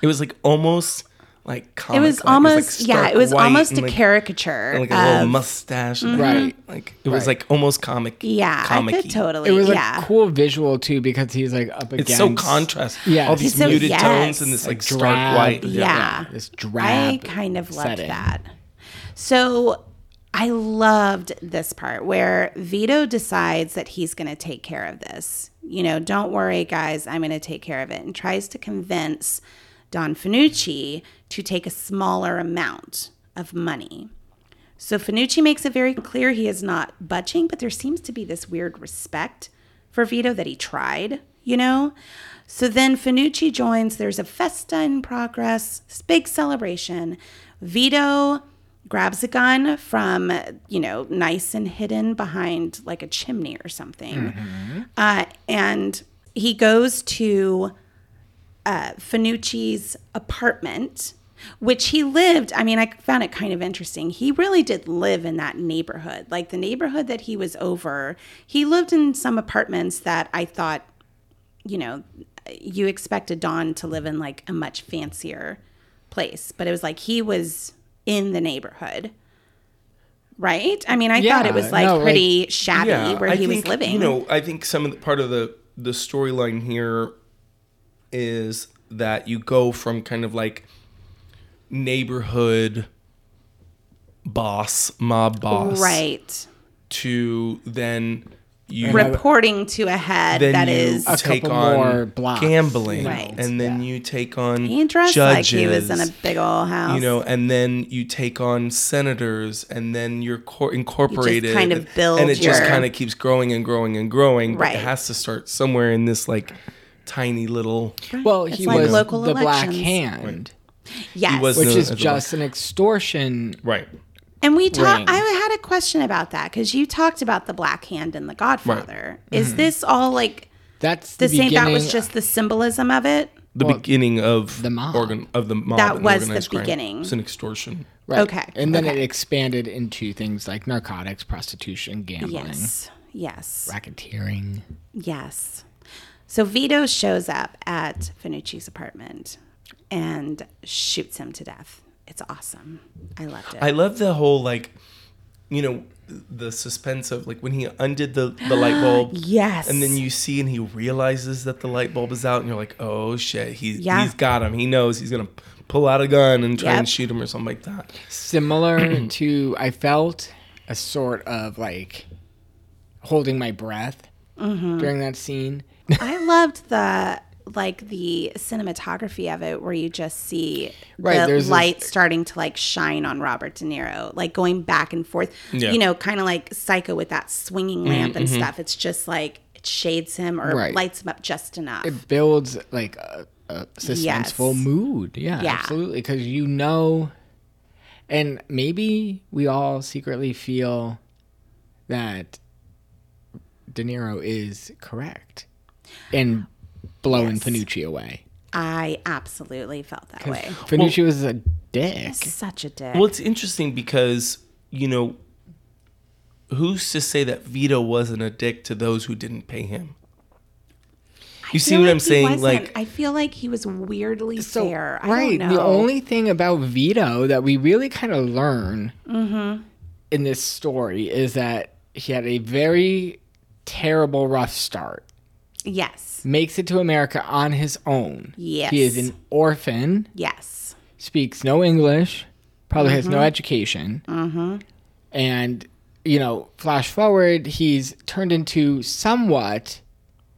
C: It was like almost like comic.
B: It was almost, yeah, it was almost a
C: character.
B: caricature. Uh,
C: And like a
B: of-
C: little mustache, and
D: Right.
C: Like it was
D: Right.
C: like almost comic.
B: Yeah,
C: comic
B: I could totally.
D: It was a
B: yeah.
D: cool visual too because he's like up against.
C: It's so contrast.
D: Yes.
C: all these
B: It's so-
C: muted
B: yes.
C: tones and this like stark
D: drab,
C: white.
B: Yeah.
D: This
B: I
D: drab.
B: kind of loved
D: setting.
B: that. So I loved this part where Vito decides that he's going to take care of this. You know, don't worry, guys, I'm going to take care of it. And tries to convince Don Finucci to take a smaller amount of money. So Finucci makes it very clear he is not butching, but there seems to be this weird respect for Vito that he tried, you know? So then Finucci joins, there's a festa in progress, this big celebration. Vito grabs a gun from, you know, nice and hidden behind like a chimney or something. Uh, and he goes to uh, Finucci's apartment, which he lived. I mean, I found it kind of interesting. He really did live in that neighborhood. Like the neighborhood that he was over, he lived in some apartments that I thought, you know, you expected Don to live in like a much fancier place. But it was like he was in the neighborhood. Right? I mean, I thought it was
D: Yeah,
B: like
D: no, like-
B: pretty shabby where
C: I
B: he
C: think,
B: was living.
C: You know, I think some of the part of the the storyline here is that you go from kind of like neighborhood boss, mob boss,
B: right.
C: to then you
B: Reporting to a head
C: then
B: that
C: you
B: is
D: A
C: take
D: couple
C: on
D: more blocks,
C: gambling,
B: you Right. know.
C: and then you take on
B: He dressed
C: judges,
B: like he was in a big old house.
C: you know, and then you take on senators, and then you're cor- incorporated,
B: kind of build
C: and it just
B: your-
C: kind of keeps growing and growing and growing. But
B: Right.
C: it has to start somewhere in this like tiny little.
D: Well,
B: It's
D: he
B: like
D: was
B: local
D: the Black
B: elections.
D: Hand,
B: yes.
C: was
D: which
C: No,
D: is
C: that's a
D: just an extortion.
C: Right.
B: and we
D: ring.
B: talked. I had a question about that because you talked about the Black Hand and the Godfather. Is
C: Mm-hmm.
B: this all like
D: That's the,
B: the same? That was
D: beginning-
B: just the symbolism of it.
C: The beginning of
D: the mob.
C: organ of the mob.
B: That
C: and
B: was the
C: organized crime.
B: beginning.
C: It's an extortion.
D: Right.
B: Okay,
D: And then it expanded into things like narcotics, prostitution, gambling.
B: Yes. Yes.
D: Racketeering.
B: Yes. So Vito shows up at Finucci's apartment and shoots him to death. It's awesome. I loved it.
C: I love the whole like, you know, the suspense of like when he undid the the light bulb.
B: Yes.
C: And then you see, and he realizes that the light bulb is out, and you're like, "Oh shit, he's
B: Yeah.
C: he's got him. He knows he's gonna pull out a gun and try
B: Yep.
C: and shoot him or something like that."
D: Similar to, I felt a sort of like holding my breath
B: Mm-hmm.
D: during that scene.
B: I loved the like the cinematography of it where you just see
D: Right,
B: the
D: there's this-
B: light starting to like shine on Robert De Niro, like going back and forth.
C: Yeah.
B: You know, kind of like Psycho with that swinging lamp and stuff. It's just like it shades him or
D: Mm, mm-hmm. Right.
B: lights him up just enough.
D: It builds like a, a suspenseful
B: Yes.
D: mood. Yeah,
B: Yeah.
D: absolutely. Because you know, and maybe we all secretly feel that De Niro is correct in blowing
B: Yes.
D: Panucci away.
B: I absolutely felt that way.
D: Panucci was a dick.
B: Such a dick.
C: Well, it's interesting because you know, who's to say that Vito wasn't a dick to those who didn't pay him? You see
B: feel
C: what
B: like
C: I'm
B: he
C: saying?
B: wasn't.
C: Like
B: I feel like he was weirdly fair. I
D: right.
B: don't know.
D: The only thing about Vito that we really kind of learn
B: Mm-hmm.
D: in this story is that he had a very terrible, rough start.
B: yes,
D: Makes it to America on his own.
B: Yes.
D: He is an orphan,
B: yes,
D: speaks no English, probably has no education. Mm-hmm. And, you know, flash forward, he's turned into somewhat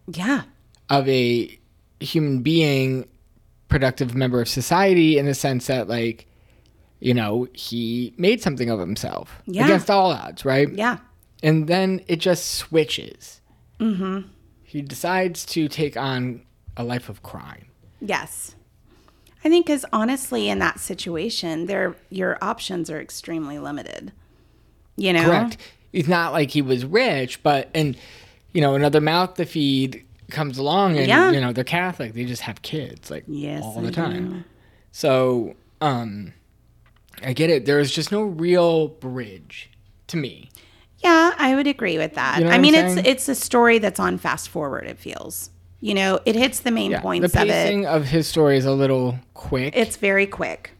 B: yeah,
D: of a human being productive member of society in the sense that like you know he made something of himself
B: Yeah.
D: against all odds right
B: yeah,
D: and then it just switches mm-hmm. he decides to take on a life of crime
B: yes. I think because honestly, in that situation, there your options are extremely limited. You know,
D: correct it's not like he was rich but and you know another mouth to feed comes along and
B: Yeah.
D: you know they're catholic they just have kids like
B: Yes,
D: all the
B: I
D: time so um i get it there's just no real bridge to me
B: Yeah, I would agree with that.
D: You know
B: I
D: what
B: mean,
D: I'm
B: it's
D: saying?
B: it's a story that's on fast forward. It feels, you know, it hits the main
D: the
B: points of it.
D: pacing of, his story is a little quick
B: It's very quick.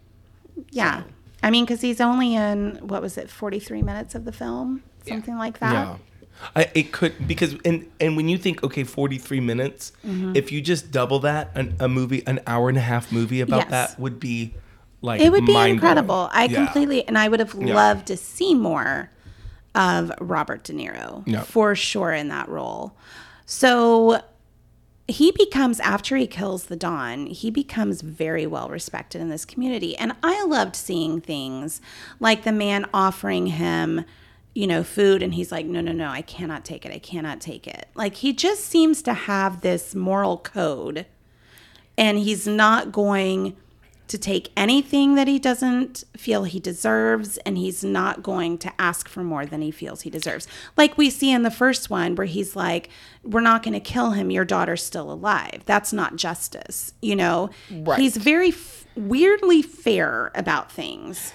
B: Yeah. I mean, because he's only in, what was it, 43 minutes of the film? Something like that.
C: Yeah. I, it could because and and when you think okay 43 minutes
B: Mm-hmm.
C: if you just double that an, a movie an hour and a half movie about
B: Yes.
C: that would be like
B: It would be
C: mind-blowing.
B: incredible. I
C: Yeah.
B: completely, and I would have loved to see more of Robert De Niro
C: Yeah.
B: for sure in that role. So he becomes, after he kills the Don, he becomes very well respected in this community. And I loved seeing things like the man offering him. You know, food, and he's like, no, no, no, I cannot take it. I cannot take it. Like, he just seems to have this moral code and he's not going to take anything that he doesn't feel he deserves and he's not going to ask for more than he feels he deserves like we see in the first one where he's like we're not going to kill him your daughter's still alive that's not justice you know he's very f- weirdly fair about things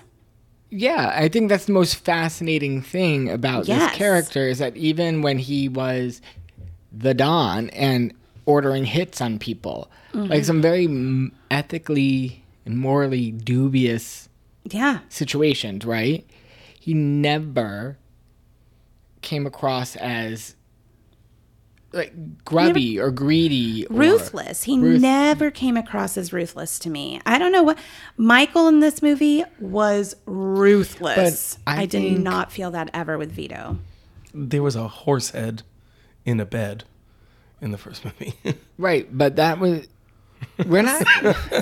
D: yeah i think that's the most fascinating thing about
B: Yes.
D: this character is that even when he was the don and ordering hits on people like some very mm, ethically and morally dubious
B: yeah
D: situations, right? He never came across as like grubby or greedy. or-
B: ruthless. He never came across as ruthless to me. I don't know what Michael in this movie was ruthless.
D: But I
B: I, did
D: think-
B: not feel that ever with Vito.
C: there was a horse head in a bed in the first movie
D: right, but that was we're not.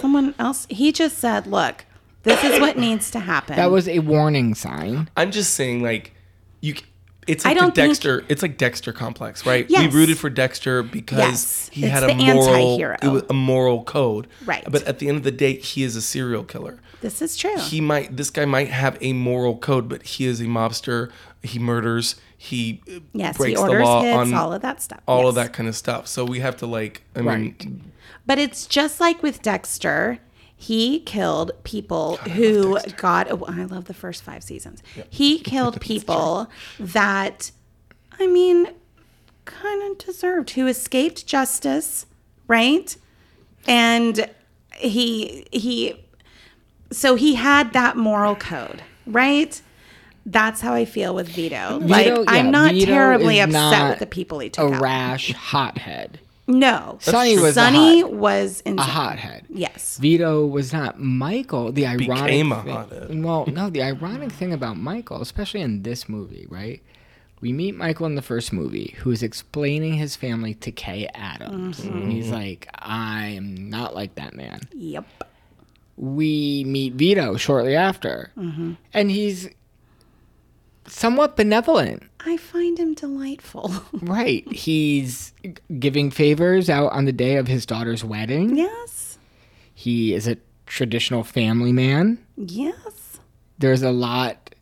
B: Someone else, he just said, "Look, this is what needs to happen."
D: that was a warning sign.
C: i'm just saying like you c- it's
B: I
C: like
B: don't
C: the
B: think-
C: dexter it's like dexter complex right
B: Yes.
C: we rooted for dexter because
B: Yes.
C: he
B: It's
C: had
B: the
C: a moral
B: anti-hero.
C: it was a moral code
B: Right.
C: but at the end of the day he is a serial killer
B: this is true.
C: he might this guy might have a moral code but he is a mobster he murders he uh,
B: yes, he
C: breaks
B: orders
C: the law
B: hits,
C: on
B: all of that stuff.
C: all of
B: Yes.
C: that kind of stuff so we have to like i
D: Right.
C: mean
B: But it's just like with Dexter. He killed people who got. aw- I love the first five seasons. He killed people that, I mean, kind of deserved, who escaped justice, right? And he he so he had that moral code, right? That's how I feel with Vito. like
D: Vito- yeah,
B: I'm not
D: Vito
B: terribly
D: is
B: upset
D: not
B: with the people he
D: A
B: took out.
D: rash hothead.
B: No,
D: Sonny was a
B: Sonny
D: hot-
B: was in
D: A hothead.
B: Yes,
D: Vito was not Michael. The ironic
C: Became a
D: thing,
C: hothead.
D: Well, no, the ironic thing about Michael, especially in this movie, right? We meet Michael in the first movie, who is explaining his family to Kay Adams.
C: Mm-hmm.
D: And he's like, I am not like that man.
B: yep,
D: We meet Vito shortly after,
C: Mm-hmm.
D: and he's somewhat benevolent,
B: I find him delightful.
D: right? He's g- giving favors out on the day of his daughter's wedding.
B: yes,
D: He is a traditional family man.
B: yes,
D: there's a lot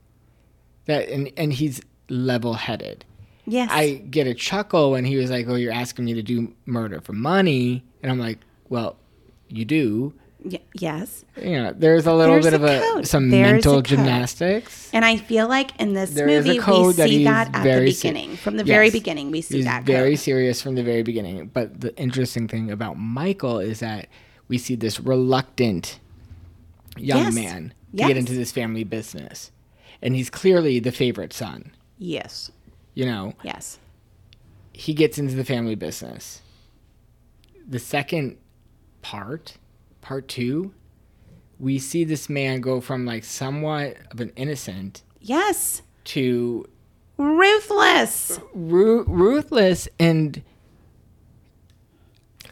D: that and and he's level-headed.
B: yes.
D: I get a chuckle when he was like, "Oh, you're asking me to do murder for money," and I'm like, "Well, you do."
B: Y- yes,
D: You know, there's a little
B: There's
D: bit
B: a
D: of a
B: code.
D: some
B: There's a
D: mental
B: code.
D: gymnastics.
B: and I feel like in this
D: There is a
B: movie we
D: code that
B: see
D: he's
B: that at the
D: very se-
B: beginning. From the very
D: Yes.
B: beginning, we see
D: He's
B: that.
D: very
B: code.
D: serious from the very beginning. But the interesting thing about Michael is that we see this reluctant young
B: Yes.
D: man to
B: Yes.
D: get into this family business, and he's clearly the favorite son.
B: Yes,
D: You know,
B: yes,
D: he gets into the family business. The second part, part two, we see this man go from like somewhat of an innocent
B: yes.
D: to
B: Ruthless.
D: ru- ruthless and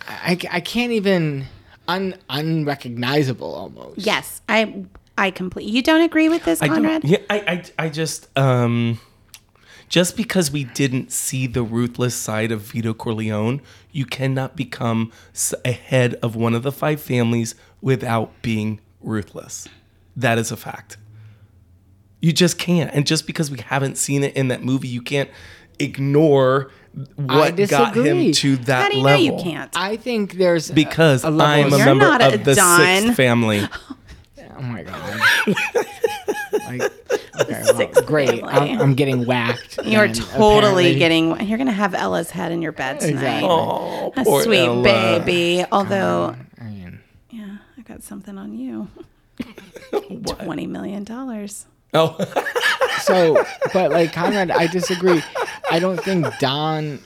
D: I, I- I can't even un- unrecognizable almost.
B: Yes, I I completely. You don't agree with this,
C: I don't-
B: Conrad?
C: yeah, I, I, I just, um, just because we didn't see the ruthless side of Vito Corleone, you cannot become s- a head of one of the five families without being ruthless. That is a fact. You just can't. And just because we haven't seen it in that movie, you can't ignore what got him
D: disagree.
C: to that
B: How do you
C: level.
B: know you can't?
D: I think there's a-
C: Because
D: a level
C: I'm a
D: of-
B: You're
C: member
B: not a
C: of the
B: Don.
C: sixth family.
D: Oh my god. like, okay, well, great.
B: family.
D: I'm, I'm getting whacked.
B: You're
D: then,
B: totally
D: apparently.
B: getting. You're gonna have Ella's head in your bed tonight.
D: Exactly.
C: Oh,
B: A
C: poor
B: sweet
C: Ella.
B: baby. Although,
D: I mean,
B: yeah, I got something on you. Twenty million dollars.
C: Oh.
D: so, but like Conrad, I disagree. I don't think Don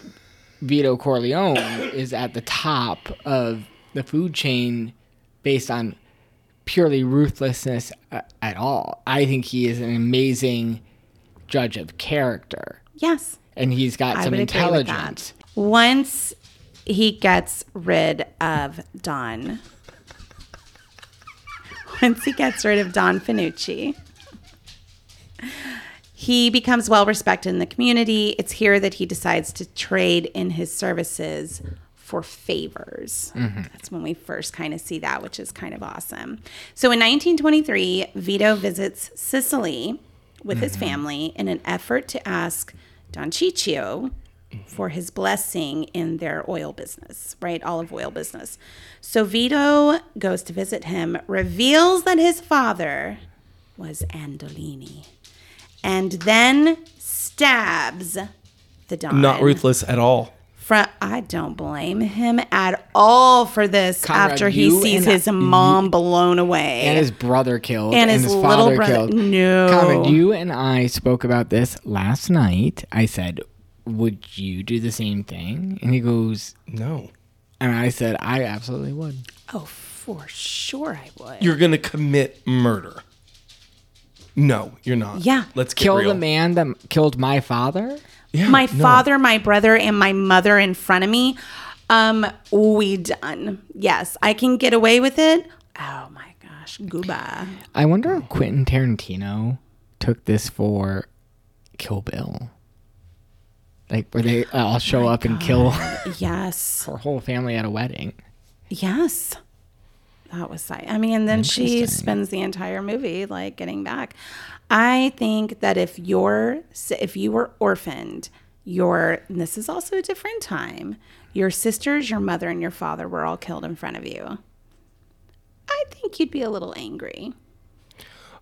D: Vito Corleone is at the top of the food chain based on purely ruthlessness a- at all. I think he is an amazing judge of character,
B: Yes,
D: and he's got
B: I
D: some
B: would agree with
D: intelligence.
B: that. Once he gets rid of Don. Once he gets rid of Don Finucci. He becomes well respected in the community. It's here that he decides to trade in his services for favors. That's when we first kind of see that, which is kind of awesome. So in 1923, Vito visits Sicily with his family in an effort to ask Don Ciccio for his blessing in their oil business, right? Olive oil business. So Vito goes to visit him, reveals that his father was Andolini and then stabs the Don.
C: Not ruthless at all.
B: Fro- I don't blame him at all for this
D: Conrad,
B: after he
D: you
B: sees
D: and-
B: his mom blown away.
D: And his brother killed,
B: And
D: and,
B: his
D: his,
B: little
D: father
B: brother-
D: killed.
B: No.
D: Conrad, you and I spoke about this last night. I said, "Would you do the same thing?" And he goes,
C: No.
D: And I said, I absolutely would.
B: oh, for sure I would.
C: You're going to commit murder. No, you're not.
B: Yeah.
C: Let's get
D: Kill
C: real.
D: the man that m- killed my father?
C: Yeah,
B: my
C: no.
B: father, my brother, and my mother in front of me. Um, we done. Yes, I can get away with it. Oh my gosh, goodbye.
D: I wonder if Quentin Tarantino took this for Kill Bill. Like, where they all show up and kill her
B: Yes,
D: whole family at a wedding.
B: yes. That was sight. I mean, and then she spends the entire movie like getting back. I think that if you're if you were orphaned, your and this is also a different time. Your sisters, your mother, and your father were all killed in front of you. I think you'd be a little angry.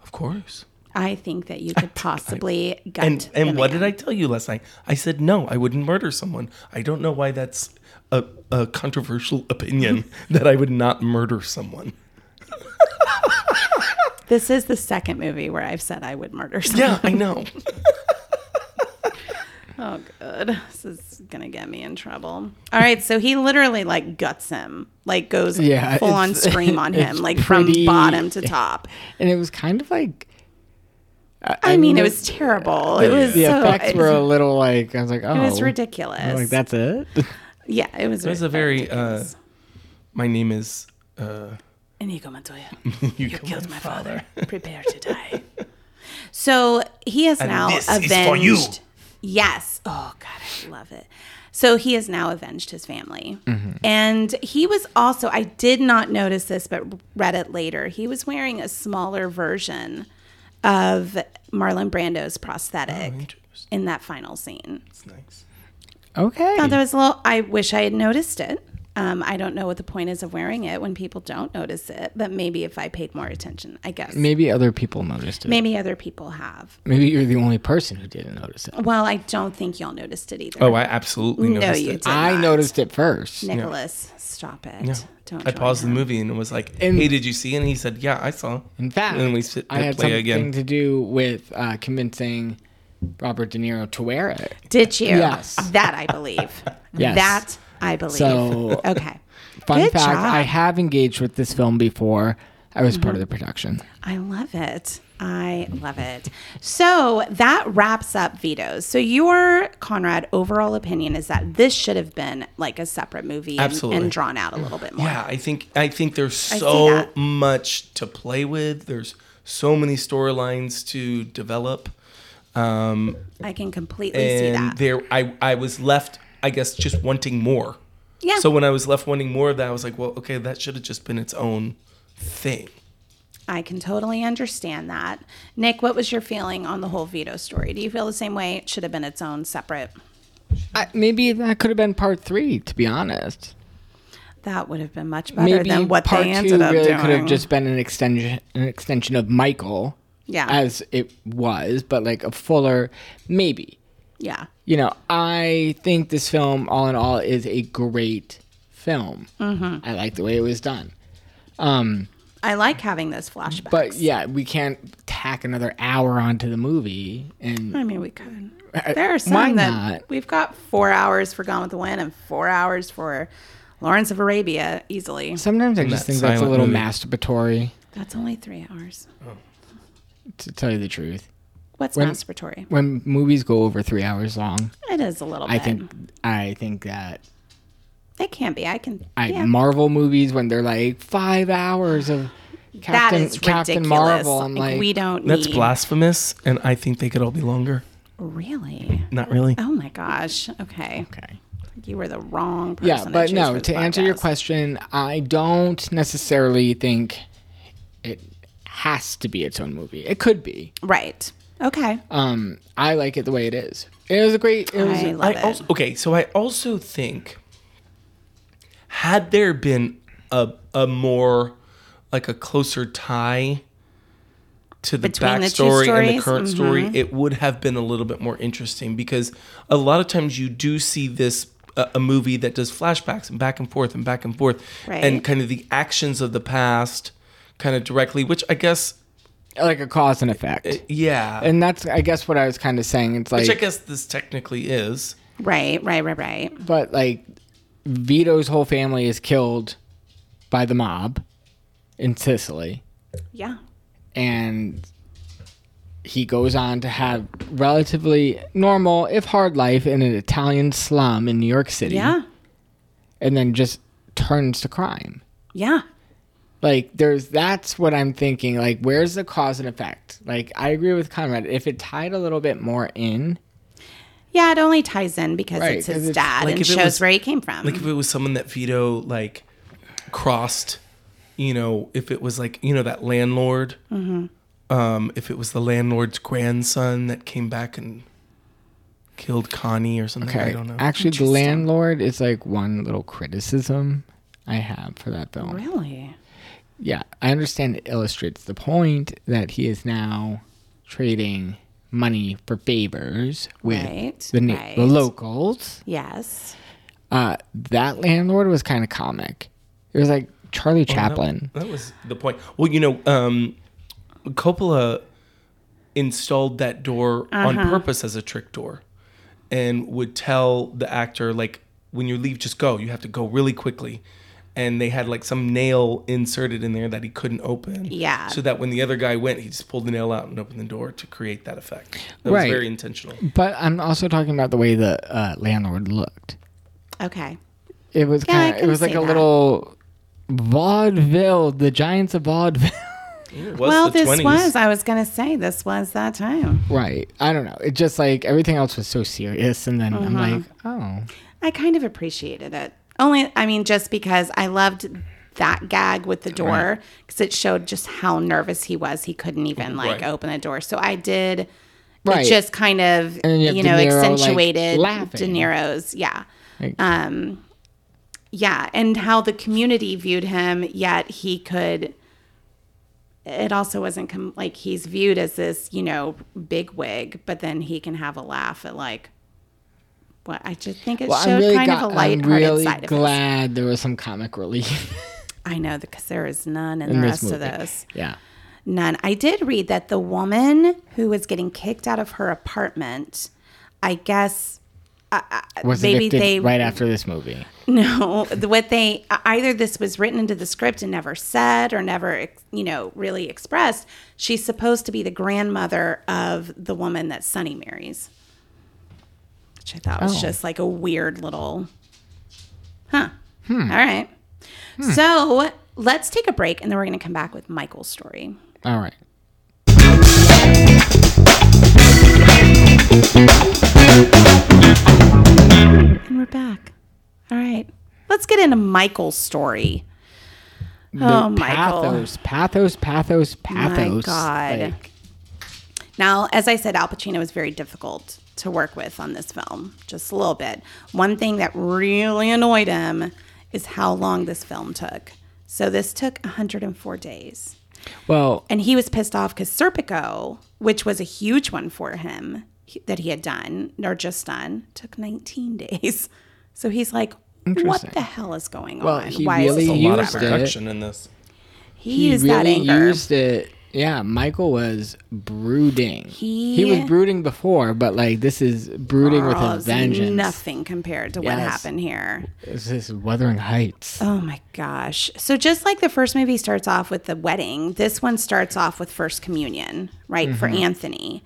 C: Of course.
B: I think that you could possibly gut.
C: And and
B: the
C: what
B: man.
C: did I tell you last night? I said no, I wouldn't murder someone. I don't know why that's a, a controversial opinion that I would not murder someone.
B: This is the second movie where I've said I would murder someone.
C: Yeah, I know.
B: Oh, good. This is gonna get me in trouble. All right, so he literally like guts him, like goes
D: Yeah,
B: full on
D: it's-
B: scream on him,
D: it's
B: like from
D: pretty-
B: bottom to top.
D: and it was kind of like. I,
B: I, mean, it
D: the-
B: was terrible. It was
D: the
B: so.
D: effects
B: it,
D: were a little like I was like, oh,
B: it was ridiculous.
D: I'm Like that's it.
B: yeah, it was.
C: It was a very uh, my name is uh,
B: Inigo Montoya.
C: you
B: You
C: killed
B: killed my father. Prepare to die. So he has now
C: this is
B: avenged.
C: for you.
B: Yes. Oh God, I love it. So he has now avenged his family,
C: Mm-hmm.
B: and he was also. I did not notice this, but read it later. He was wearing a smaller version of Marlon Brando's prosthetic
C: Oh, interesting. Hmm.
B: in that final scene.
C: It's nice.
D: Okay.
B: Now, there was a little. I wish I had noticed it. Um, I don't know what the point is of wearing it when people don't notice it, but maybe if I paid more attention, I guess.
D: Maybe other people noticed it. Maybe,
B: Maybe other people have.
D: you're the only person who didn't notice it.
B: Well, I don't think y'all noticed it either.
C: Oh, I absolutely
B: No,
C: noticed
B: you
C: it.
B: did.
D: I
B: not.
D: noticed it first.
B: Nicholas, stop it.
C: Yeah.
B: Don't.
C: I
B: join
C: paused
B: him.
C: the movie and was like,
D: And-
C: "Hey, did you see?" And he said, "Yeah, I saw."
D: In fact,
C: and we sit,
D: I had
C: play
D: something
C: again.
D: to do with uh, convincing Robert De Niro to wear it.
B: Did you?
D: Yes.
B: That I believe.
D: Yes.
B: That I believe.
D: So-
B: okay.
D: Fun
B: Good
D: fact:
B: job.
D: I have engaged with this film before. I was part of the production.
B: I love it. I love it. So that wraps up vetoes. So your Conrad overall opinion is that this should have been like a separate movie and,
C: Absolutely.
B: and drawn out a little bit more.
C: Yeah, I think I think there's
B: see
C: so
B: that.
C: much to play with. There's so many storylines to develop, um,
B: I can completely see
C: and
B: that.
C: there I I was left, I guess, just wanting more.
B: Yeah.
C: So when I was left wanting more of that, I was like, well, okay, that should have just been its own thing.
B: I can totally understand that. Nick, what was your feeling on the whole veto story? Do you feel the same way? It should have been its own separate.
D: I, maybe that could have been part three. To be honest,
B: That would have been much better
D: maybe
B: than what
D: part
B: they
D: two
B: ended up
D: really
B: doing.
D: could have just been an extension, an extension of Michael,
B: yeah,
D: as it was, but like a fuller maybe.
B: yeah,
D: you know, I think this film, all in all, is a great film.
B: Mm-hmm.
D: I like the way it was done. Um,
B: I like having those flashbacks.
D: but yeah, we can't tack another hour onto the movie. And
B: I mean, we could. There are some
D: why
B: that
D: not?
B: we've got four hours for Gone with the Wind and four hours for Lawrence of Arabia easily.
D: sometimes I
C: that
D: just think that's a
C: silent
D: little
C: movie.
D: masturbatory,
B: That's only three hours.
D: to tell you the truth.
B: What's
D: When-
B: masturbatory?
D: When movies go over three hours long,
B: It is a little
D: I
B: bit.
D: think I think that
B: it can be. I can.
D: I
B: yeah.
D: Marvel movies when they're like five hours of
B: that
D: Captain
B: is
D: Captain
B: ridiculous.
D: Marvel. I'm like,
B: we don't.
C: That's
B: need,
C: blasphemous, and I think they could all be longer.
B: Really?
C: Not really.
B: Oh my gosh. Okay.
D: okay.
B: You were the wrong person.
D: yeah but
B: choose for
D: no
B: the
D: to answer your
B: podcast.
D: question i don't necessarily think it has to be its own movie it could be
B: Right. Okay.
D: um i like it the way it is it was a great it was
B: I love
C: I
B: it.
C: also okay, so I also think had there been a a more like a closer tie to the
B: Between the two
C: backstory and the
B: stories? Mm-hmm.
C: current story, it would have been a little bit more interesting because a lot of times you do see this a, a movie that does flashbacks and back and forth and back and forth
B: Right.
C: and kind of the actions of the past kind of directly, which I guess
D: like a cause and effect
C: yeah,
D: and that's i guess what i was kind of saying it's like
C: which I guess this technically is.
B: right. Right. Right. Right.
D: but like vito's whole family is killed by the mob in sicily Mm-hmm.
B: Yeah.
D: and he goes on to have relatively normal if hard life in an italian slum in new york city
B: Yeah.
D: and then just turns to crime.
B: Yeah.
D: Like there's that's what I'm thinking. Like where's the cause and effect? Like I agree with Conrad. If it tied a little bit more in,
B: Yeah. It only ties in because
D: Right,
B: it's
D: 'cause
B: his
D: it's-
B: dad
C: like,
B: and
C: if it
B: shows
C: was-
B: where he came from.
C: like if it was someone that Vito like crossed, you know, if it was like you know that landlord, um, if it was the landlord's grandson that came back and killed Connie or something, I
D: okay.
C: don't know.
D: Actually, the landlord is like one little criticism I have for that film.
B: really?
D: Yeah, I understand it illustrates the point that he is now trading money for favors with
B: Right,
D: the, na-
B: right.
D: the locals.
B: Yes.
D: Uh, that landlord was kind of comic. It was like
B: Oh,
D: Charlie Chaplin.
C: That was the point. Well, you know, um, Coppola installed that door on
B: Uh-huh.
C: purpose as a trick door and would tell the actor, like, when you leave, just go. You have to go really quickly. And they had like some nail inserted in there that he couldn't open.
B: Yeah.
C: So that when the other guy went, he just pulled the nail out and opened the door to create that effect. That
D: Right.
C: was very intentional.
D: But I'm also talking about the way the uh, landlord looked.
B: Okay.
D: It was
B: Yeah, I
D: kind of, it
B: can
D: was like
B: see
D: a
B: that.
D: little vaudeville, the giants of vaudeville.
C: It was
B: Well,
C: the
B: this
C: 20s.
B: was, I was going to say, this was that time.
D: right. I don't know. It just like everything else was so serious. And then I'm
B: Mm-hmm.
D: like, oh.
B: I kind of appreciated it. Only, I mean, just because I loved that gag with the door because it showed just how nervous he was. He couldn't even like
C: Right.
B: open the door. So I did.
D: Right.
B: It just kind of, you,
D: then you have
B: know,
D: De Niro, like,
B: accentuated De
D: laughing.
B: Niro's. Yeah.
D: Like-
B: um, yeah. And how the community viewed him, yet he could. It also wasn't com- like he's viewed as this, you know, big wig, but then he can have a laugh at like, what I just think it
D: Well,
B: showed
D: I'm really,
B: kind of
D: glad.
B: a lighthearted
D: I'm really
B: side of it.
D: glad there was some comic relief
B: I know because there is none in,
D: in
B: the
D: this
B: rest
D: movie.
B: of this.
D: Yeah.
B: None. I did read that the woman who was getting kicked out of her apartment, I guess
D: Was
B: Maybe
D: evicted
B: they-
D: right after this movie.
B: no, the- what they e, either this was written into the script and never said or never you know really expressed. She's supposed to be the grandmother of the woman that Sonny marries, which I thought was
D: Oh.
B: just like a weird little, huh?
D: Hmm.
B: All right. So let's take a break and then we're going to come back with Michael's story.
D: All right.
B: And we're back. All right. Let's get into Michael's story.
D: The
B: oh, Michael.
D: Pathos, pathos, pathos, pathos.
B: God.
D: Like,
B: Now, as I said, Al Pacino was very difficult to work with on this film, just a little bit. One thing that really annoyed him is how long this film took. So this took 104 days.
D: well,
B: And he was pissed off because Serpico, which was a huge one for him he- that he had done or just done, took 19 days. So he's like, what
D: Interesting.
B: the hell is going
D: Well,
B: on?
D: he
B: is
D: really
B: this
C: a lot of
D: used it.
C: production in this.
B: He,
D: he
B: used that
D: really
B: anger.
D: used it. Yeah, Michael was brooding.
B: He-
D: he was brooding before, but like this is brooding with
B: Oh,
D: a
B: it's
D: vengeance.
B: Nothing compared to what
D: Yes.
B: happened here.
D: This is Wuthering Heights.
B: Oh my gosh. So just like the first movie starts off with the wedding, this one starts off with first communion, right? For
D: Mm-hmm.
B: Anthony.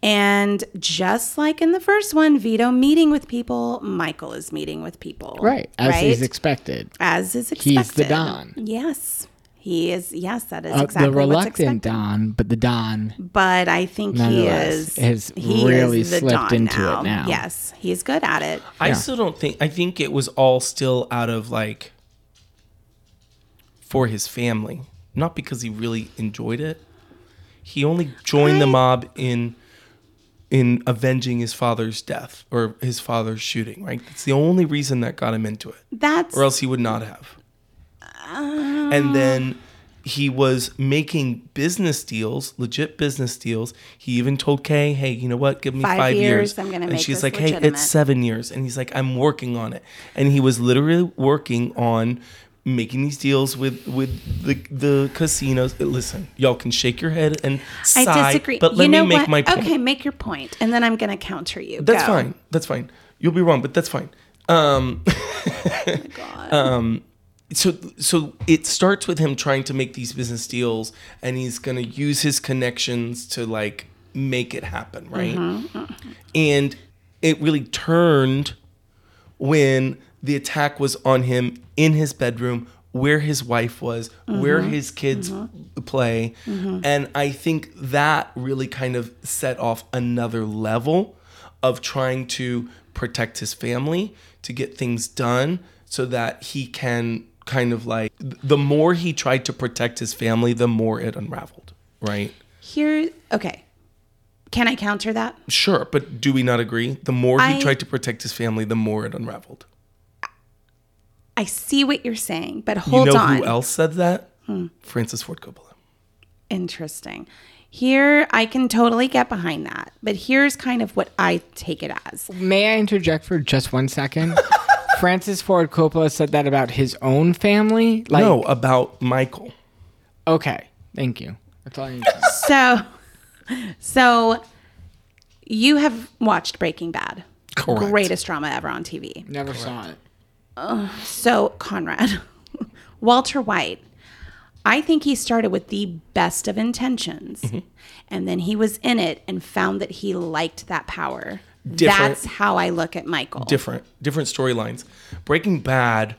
B: And just like in the first one, Vito meeting with people, Michael is meeting with people.
D: right, as
B: right?
D: he's expected.
B: as is expected.
D: the Don.
B: Yes. He is yes, that is
D: Uh,
B: exactly
D: the reluctant Don, but the Don.
B: But I think he is
D: Nonetheless, has
B: he
D: really
B: is the
D: slipped
B: Don
D: into it now.
B: Yes. He's good at it.
C: I still don't think. I think it was all still out of like for his family, not because he really enjoyed it. He only joined the mob in in avenging his father's death or his father's shooting. Right, it's the only reason that got him into it,
B: That's
C: or else he would not have. and then he was making business deals, legit business deals. He even told Kay, "Hey, you know what? Give me
B: Five
C: five,
B: years,
C: years.
B: I'm gonna
C: and
B: make
C: she's
B: this
C: like, "Hey,
B: legitimate."
C: it's seven years," and he's like, "I'm working on it." And he was literally working on making these deals with with the the casinos. Listen, y'all can shake your head and sigh,
B: I disagree.
C: but let
B: you know
C: me make
B: what?
C: my point.
B: Okay, make your point, and then I'm going to counter you.
C: That's
B: Go.
C: fine. That's fine. You'll be wrong, but that's fine. Um, um, so so it starts with him trying to make these business deals, and he's gonna use his connections to like make it happen, right? And it really turned when the attack was on him in his bedroom where his wife was where his kids play and i think that really kind of set off another level of trying to protect his family to get things done so that he can kind of like the more he tried to protect his family the more it unraveled right
B: Here, okay. Can I counter that?
C: sure but do we not agree the more
B: I-
C: he tried to protect his family the more it unraveled
B: I see what you're saying, but hold
C: you know
B: on.
C: who else said that? Francis Ford Coppola.
B: Interesting. Here, I can totally get behind that, but here's kind of what I take it as.
D: May I interject for just one second? Francis Ford Coppola said that about his own family. Like,
C: no, about Michael.
D: okay, thank you. That's all I need. to know.
B: So, so you have watched Breaking Bad,
A: Correct.
B: greatest drama ever on TV.
D: Never saw it.
B: So, Conrad, Walter White, I think he started with the best of intentions.
C: Mm-hmm.
B: And then he was in it and found that he liked that power.
C: Different-
B: That's how I look at Michael.
C: different different storylines. Breaking Bad,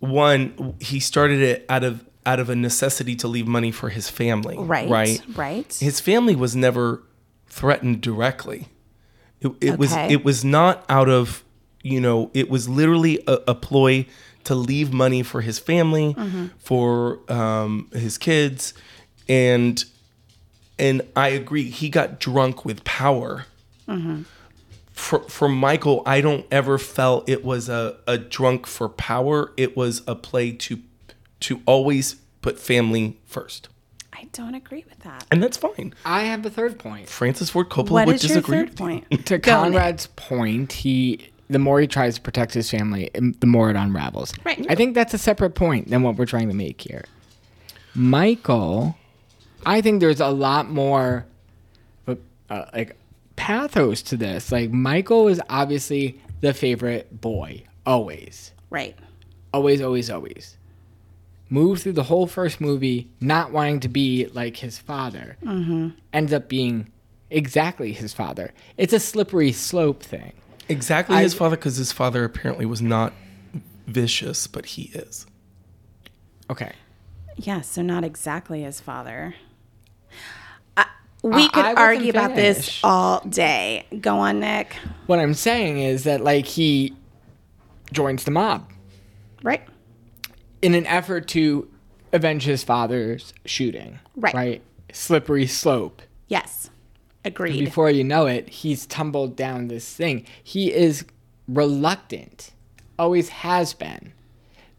C: one he started it out of out of a necessity to leave money for his family.
B: right.
C: Right.
B: Right.
C: His family was never threatened directly. It, it was
B: Okay.
C: it was not out of you know it was literally a, a ploy to leave money for his family for um, his kids and and I agree he got drunk with power for for Michael, I don't ever felt it was a, a drunk for power. It was a play to to always put family first.
B: I don't agree with that.
C: And that's fine.
D: I have a third point.
C: Francis Ford Coppola
B: What
C: would
B: is your
C: disagree.
B: third point?
D: To
B: Go, Nick.
D: Conrad's point, he the more he tries to protect his family, um, the more it unravels.
B: Right.
D: I think that's a separate point than what we're trying to make here. Michael, I think there's a lot more, uh, uh, like pathos to this. Like Michael is obviously the favorite boy, always,
B: Right.
D: always, always, always. Moves through the whole first movie not wanting to be like his father. Mm-hmm. Ends up being exactly his father. It's a slippery slope thing.
C: Exactly
D: I-
C: his father, because his father apparently was not vicious, but he is.
D: Okay.
B: Yeah, so not exactly his father. I- we
D: I-
B: could
D: Uh, I wasn't
B: argue about this
D: finished.
B: all day. Go on, Nick.
D: What I'm saying is that like he joins the mob
B: Right.
D: in an effort to avenge his father's shooting.
B: Right.
D: Right. Slippery slope.
B: Yes. Agreed.
D: Before you know it, he's tumbled down this thing. He is reluctant, always has been.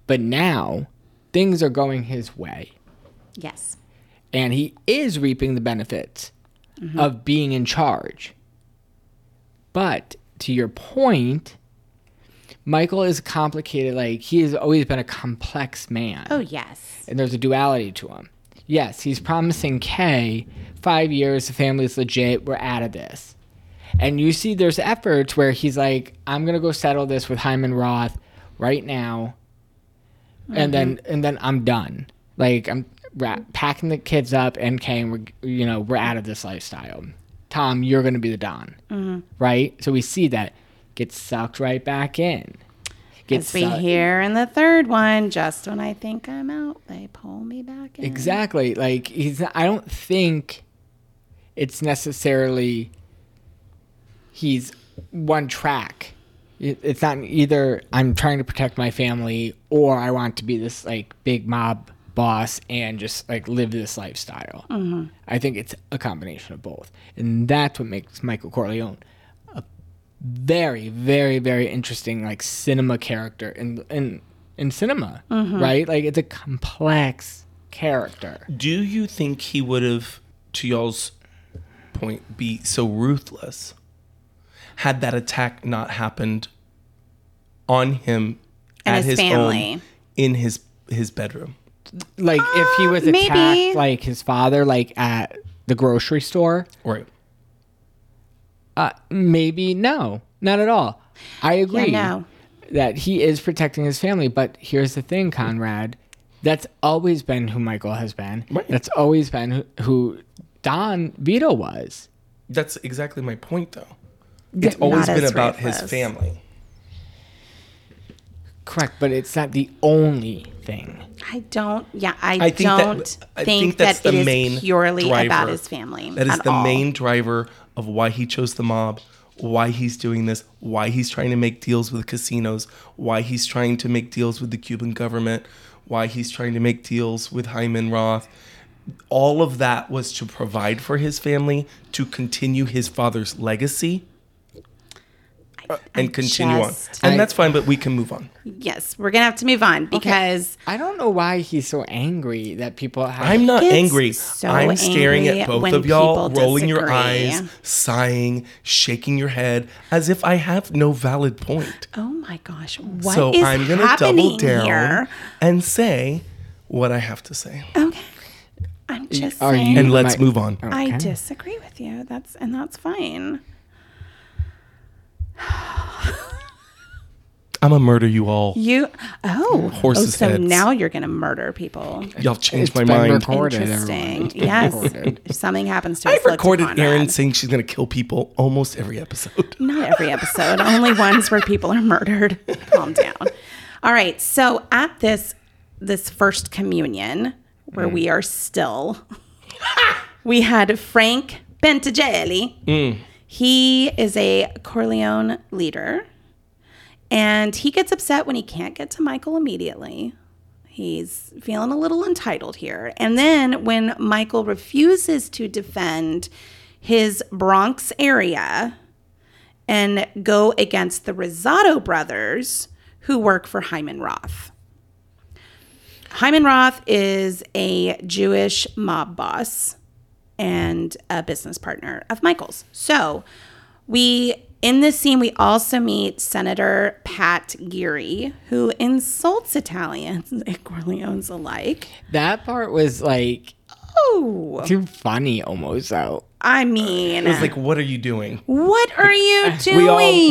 D: But now things are going his way,
B: yes.
D: and he is reaping the benefits of being in charge. But to your point, Michael is complicated. Like, he has always been a complex man
B: Oh, yes.
D: and there's a duality to him. Yes, he's promising Kay five years, the family's legit, we're out of this. And you see, there's efforts where he's like, I'm gonna go settle this with Hyman Roth right now, and then and then I'm done. Like I'm ra- packing the kids up and Kay, and we're you know we're out of this lifestyle. Tom, you're gonna be the don, right? So we see that gets sucked right back in.
B: It's be
D: sucked-
B: here in the third one. Just when I think I'm out, they pull me back in.
D: Exactly. Like he's. I don't think it's necessarily he's one track. It- It's not either I'm trying to protect my family or I want to be this like big mob boss and just like live this lifestyle. I think it's a combination of both, and that's what makes Michael Corleone a very, very, very interesting like cinema character in in in cinema, right? Like it's a complex character.
C: Do you think he would have, to y'all's point, be so ruthless had that attack not happened on him
B: And
C: at
B: his
C: own-
B: family.
C: in his his bedroom?
D: Like if he was
B: Uh,
D: attacked
B: maybe.
D: like his father, like at the grocery store,
C: Right.
D: uh, maybe no, not at all. I agree
B: no.
D: that he is protecting his family, but here's the thing, Conrad. That's always been who Michael has been.
C: Right.
D: That's always been who, who Don Vito was.
C: That's exactly my point, though. It's
B: Not
C: always been
B: as
C: about his
B: ruthless.
C: family.
D: Correct, but it's not the only thing.
B: I don't. Yeah, I,
C: I think that-
B: don't
C: I
B: think,
C: think
B: that
C: that's
B: it
C: the
B: is
C: main
B: purely
C: driver.
B: about his family.
C: That is
B: at
C: the
B: all.
C: main driver of why he chose the mob, why he's doing this, why he's trying to make deals with casinos, why he's trying to make deals with the Cuban government, why he's trying to make deals with Hyman Roth. All of that was to provide for his family, to continue his father's legacy.
B: I
C: and
B: I
C: continue
B: just-
C: on. And
D: I-
C: that's fine, but we can move on.
B: Yes, we're gonna have to move on because
D: I don't know why he's so angry that people have.
C: I'm not
B: Gets
C: angry.
B: so
C: I'm staring
B: angry
C: at both
B: when
C: of y'all,
B: people
C: rolling your
B: disagree.
C: eyes, sighing, shaking your head, as if I have no valid point.
B: oh my gosh, what
C: so I'm gonna double
B: happening
C: down
B: here?
C: and say what I have to say.
B: Okay, I'm just
D: Are
B: saying.
D: you-
C: And let's
D: my-
C: move on.
B: I
D: Okay.
B: disagree with you. That's and that's fine.
C: I'm gonna murder you all.
B: You oh, oh
C: Horses'
B: so
C: heads.
B: now you're gonna murder people.
C: Y'all changed
D: It's
C: my
D: been
C: mind.
D: recorded. Recorded, everyone.
B: Interesting.
D: It's been
B: Yes.
D: recorded.
B: If something happens to us,
C: I've
B: look to
C: recorded Erin
B: Conrad.
C: saying she's gonna kill people almost every episode.
B: Not every episode, only ones where people are murdered. Calm down. All right. So at this this first communion where we are still, we had Frank Bentigelli. He is a Corleone leader, and he gets upset when he can't get to Michael immediately. He's feeling a little entitled here. And then when Michael refuses to defend his Bronx area, and go against the Rosado brothers who work for Hyman Roth. Hyman Roth is a Jewish mob boss and a business partner of Michael's. So, we in this scene we also meet Senator Pat Geary who insults Italians and Corleones alike.
D: That part was like
B: Oh,
D: too funny almost though.
B: I mean,
C: It's like, what are you doing?
B: what are you doing?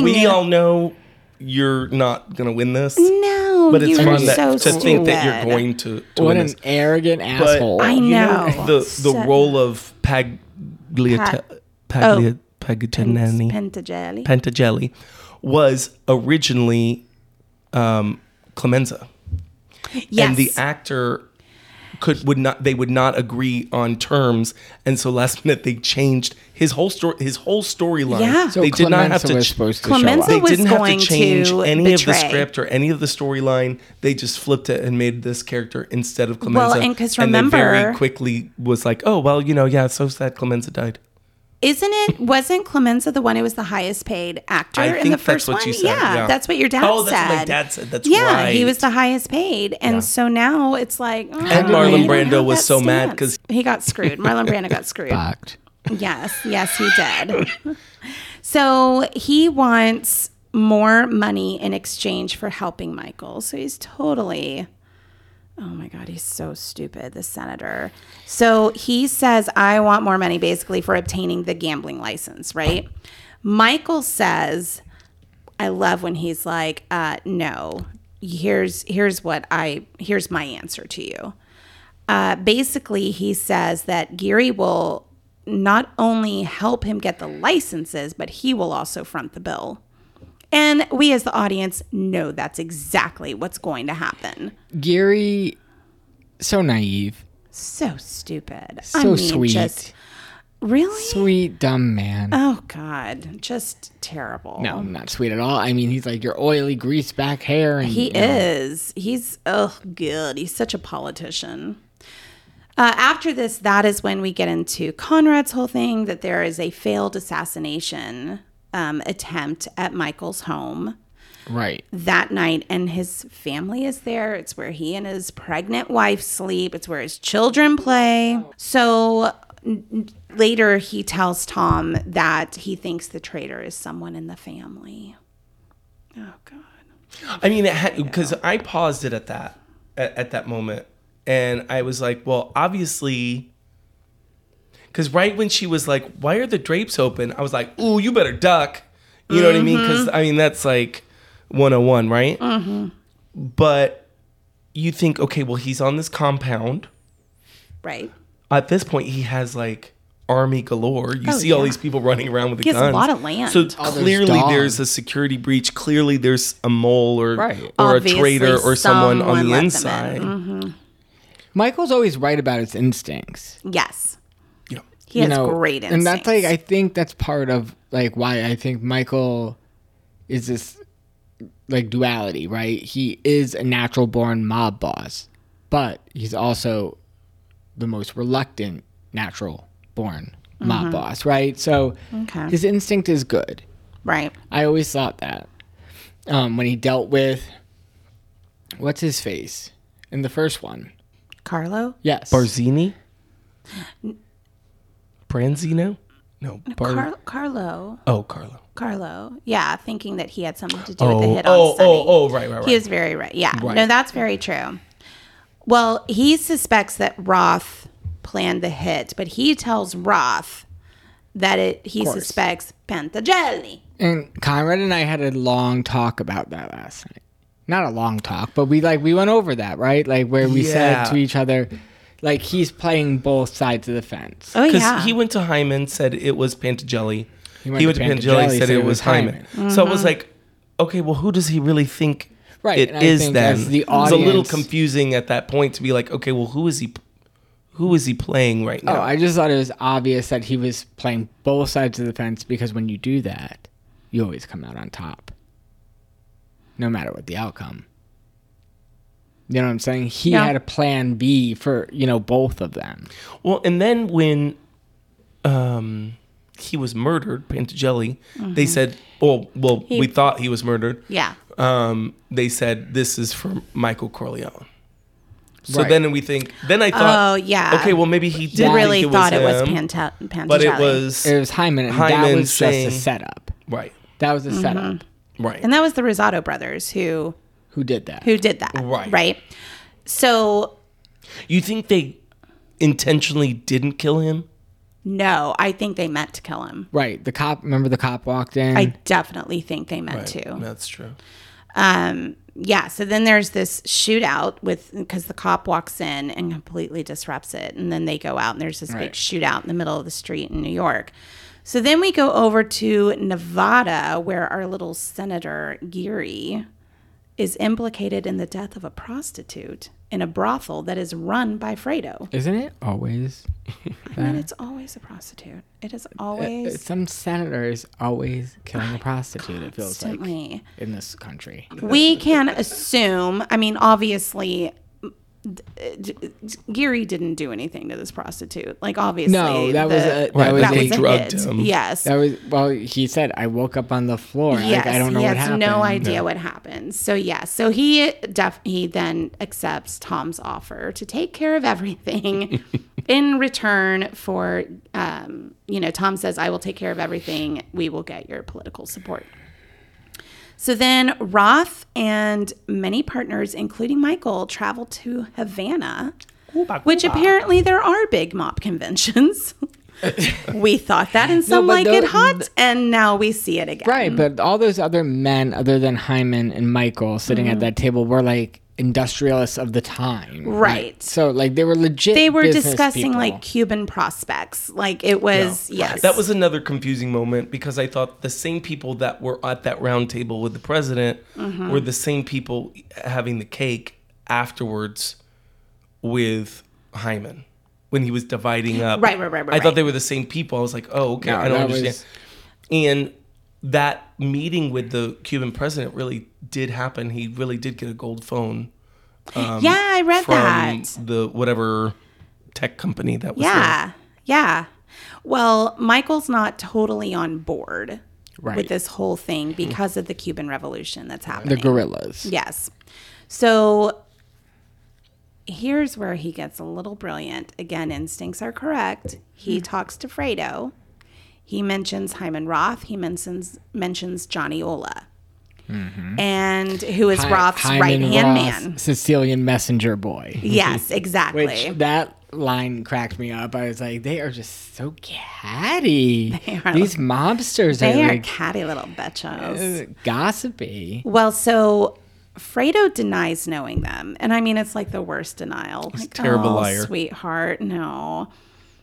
C: We all we all know you're not gonna win this.
B: no,
C: But it's
B: you are
C: fun that,
B: so
C: to think that
B: stupid.
C: you're going to, to
D: What
C: win
D: an
C: this.
D: arrogant asshole.
B: I
D: You
B: know.
C: the the
B: So-
C: role of Pagliate,
B: Pat-
C: Paglia,
B: oh.
C: Pagliatinelli,
B: Pentagelli.
C: Pentagelli was originally um, Clemenza,
B: yes.
C: and the actor could would not they would not agree on terms, and so last minute they changed his whole story his whole storyline.
B: Yeah.
D: So
C: they did not have
D: Clemenza
C: to
D: was
C: ch-
D: supposed to
B: Clemenza
D: show
C: they
D: up.
B: was
C: didn't have to
B: going
C: change
B: to
C: any of the
B: betray.
C: script or any of the storyline. They just flipped it and made this character instead of Clemenza.
B: Well, and 'cause
C: then very
B: remember-
C: quickly was like, oh well, you know, yeah, it's so sad Clemenza died.
B: Isn't it? Wasn't Clemenza the one who was the highest paid actor
C: I
B: in
C: think
B: the
C: that's
B: first
C: what
B: one?
C: you said, yeah.
B: that's what your dad
C: Oh, that's
B: said.
C: what my dad said, that's
B: yeah, he
C: right.
B: was the highest paid, and so now it's like. oh,
C: And
B: you
C: Marlon
B: don't
C: Brando
B: have
C: was
B: that
C: so mad
B: stance.
C: because
B: he got screwed. Marlon Brando got screwed.
D: Fucked.
B: Yes, yes, he did. so he wants more money in exchange for helping Michael. So he's totally. Oh my God, he's so stupid, the senator. So he says, I want more money basically for obtaining the gambling license, right? Michael says, I love when he's like, uh, no, here's here's what I here's my answer to you uh, basically, he says that Geary will not only help him get the licenses, but he will also front the bill. And we, as the audience, know that's exactly what's going to happen.
D: Geary, so naive,
B: So stupid.
D: so sweet,
B: really?
D: sweet dumb man.
B: Oh God, just terrible.
D: no, not sweet at all. I mean, he's like your oily grease back hair, and
B: He is. He's oh good. He's such a politician. Uh, after this, that is when we get into Conrad's whole thing that there is a failed assassination um, attempt at Michael's home
D: right.
B: that night, and his family is there. It's where he and his pregnant wife sleep, it's where his children play. So n- n- later, he tells Tom that he thinks the traitor is someone in the family. Oh, God.
C: I mean, because I paused it at that at, at that moment, and I was like, well, obviously, because right when she was like, why are the drapes open? I was like, ooh, you better duck. You know what I mean? Because I mean that's like 101, right? Mm-hmm. But you think, okay, well, he's on this compound.
B: Right.
C: At this point, he has like. Army galore. You see all
B: Oh, yeah.
C: these people running around with the
B: He has a
C: guns.
B: lot of land.
C: So
D: All those
C: clearly, there's
D: dogs.
C: a security breach. Clearly, there's a mole or
D: Right.
C: or
B: Obviously,
C: a traitor or someone, on
B: someone
C: the
B: let them in. Mm-hmm.
C: inside.
D: Michael's always right about his instincts.
B: Yes.
C: Yeah.
B: He
D: you
B: has
D: know,
B: great instincts.
D: and that's like I think that's part of like why I think Michael is this like duality, right? He is a natural born mob boss, but he's also the most reluctant natural born mob boss, right? So
B: Mm-hmm. Okay.
D: his instinct is good.
B: Right.
D: I always thought that um, when he dealt with what's his face in the first one.
B: Carlo?
D: Yes,
C: Barzini? Branzino? No, Bar-
B: Car- Carlo.
C: Oh, Carlo.
B: Carlo. Yeah, thinking that he had something to do
C: Oh,
B: with the hit
C: oh,
B: on Sunny.
C: oh, oh, right, right, right.
B: He is very right. Yeah. No, that's very true. Well, he suspects that Roth planned the hit, but he tells Roth that it he
D: course.
B: suspects Pantagelli.
D: and Conrad and I had a long talk about that last night. Not a long talk, but we like we went over that right, like where we
C: Yeah.
D: said to each other, like he's playing both sides of the fence.
B: Oh
C: Because
B: yeah.
C: he went to Hyman, said it was Pantagelli. He
D: went
C: went,
D: to
C: to
D: Pantagelli,
C: Pantagelli, said it was Hyman. So it
B: Mm-hmm.
C: was like, okay, well, who does he really think
D: Right,
C: it
D: and I
C: is
D: think
C: then?
D: as the
C: it was a little
D: audience-
C: confusing at that point to be like, okay, well, who is he? Who is he playing right
D: Oh,
C: now?
D: I just thought it was obvious that he was playing both sides of the fence because when you do that, you always come out on top, no matter what the outcome. You know what I'm saying? He
B: Yeah.
D: had a plan B for you know both of them.
C: Well, and then when um, he was murdered, Pantagelli,
B: Mm-hmm.
C: they said, "Well, well, we thought he was murdered."
B: yeah.
C: Um, they said this is for Michael Corleone. So
D: Right.
C: then we think. Then I thought,
B: Oh, yeah.
C: okay, well maybe he did
B: He really
C: think
B: thought it was
C: him,
B: Panta- Pantagelli.
C: but it was
D: It was Hyman, and that
C: Hyman
D: was
C: saying- Mm-hmm.
D: just a setup.
C: right,
D: That was a setup.
C: right.
B: And that was the Rosato brothers who
D: Who did that?
B: who did that.
C: Right.
B: Right. So
C: you think they intentionally didn't kill him?
B: no, I think they meant to kill him.
D: Right. The cop. Remember the cop walked in.
B: I definitely think they meant to.
C: That's true.
B: um yeah so then there's this shootout with because the cop walks in and completely disrupts it and then they go out and there's this big
D: Right.
B: shootout in the middle of the street in new york so then we go over to nevada where our little senator geary is implicated in the death of a prostitute in a brothel that is run by fredo
D: Isn't it always?
B: i mean it's always a prostitute it is always
D: Some senator is always killing a prostitute. It feels like
B: certainly
D: in this country.
B: we can assume i mean obviously Geary didn't do anything to this prostitute. Like obviously,
D: No, that was a-
B: the-
D: that was
B: that
D: a-
B: was a
C: drugged
B: hit.
C: him.
B: Yes,
D: That was well. He said, "I woke up on the floor.
B: yes.
D: like, I don't know
B: he
D: what
B: has
D: happened."
B: no idea what happened. So yeah, so he def- he then accepts Tom's offer to take care of everything in return for um, you know Tom says I will take care of everything. We will get your political support. So then Roth and many partners, including Michael, travel to Havana, which apparently there are big mop conventions. we thought that and some
D: but
B: like
D: tho-
B: it hot, and now we see it again.
D: Right, but all those other men, other than Hyman and Michael, sitting
B: Mm.
D: at that table, were like industrialists of the time.
B: Right.
D: So, like, they were legit.
B: They were
D: business
B: discussing
D: people.
B: like Cuban prospects. Like it was, yes.
C: That was another confusing moment because I thought the same people that were at that round table with the president
B: Mm-hmm.
C: were the same people having the cake afterwards with Hyman when he was dividing up.
B: Right, right, right, right,
C: I
B: right.
C: thought they were the same people. I was like, oh, okay,
D: No,
C: I don't
D: that was-
C: understand. And that meeting with the Cuban president really did happen. He really did get a gold phone
B: yeah, I read
C: from
B: that.
C: the whatever tech company that was there.
B: Yeah, yeah. Well, Michael's not totally on board with
D: Right.
B: this whole thing because of the Cuban Revolution that's happening.
D: the gorillas.
B: Yes. So here's where he gets a little brilliant. Again, instincts are correct. He
D: Hmm.
B: talks to Fredo. He mentions Hyman Roth. He mentions mentions Johnny Ola. And who is
D: Mm-hmm. Hy-
B: Roth's
D: Hyman
B: right hand
D: Roth,
B: man?
D: Sicilian messenger boy.
B: Yes, exactly.
D: Which that line cracked me up. I was like, they are just so catty.
B: They are-
D: These mobsters
B: they
D: are
B: are
D: like
B: catty little bitches.
D: uh, gossipy.
B: Well, so Fredo denies knowing them. And I mean, it's like the worst denial. He's
C: a terrible liar."
B: Sweetheart, no.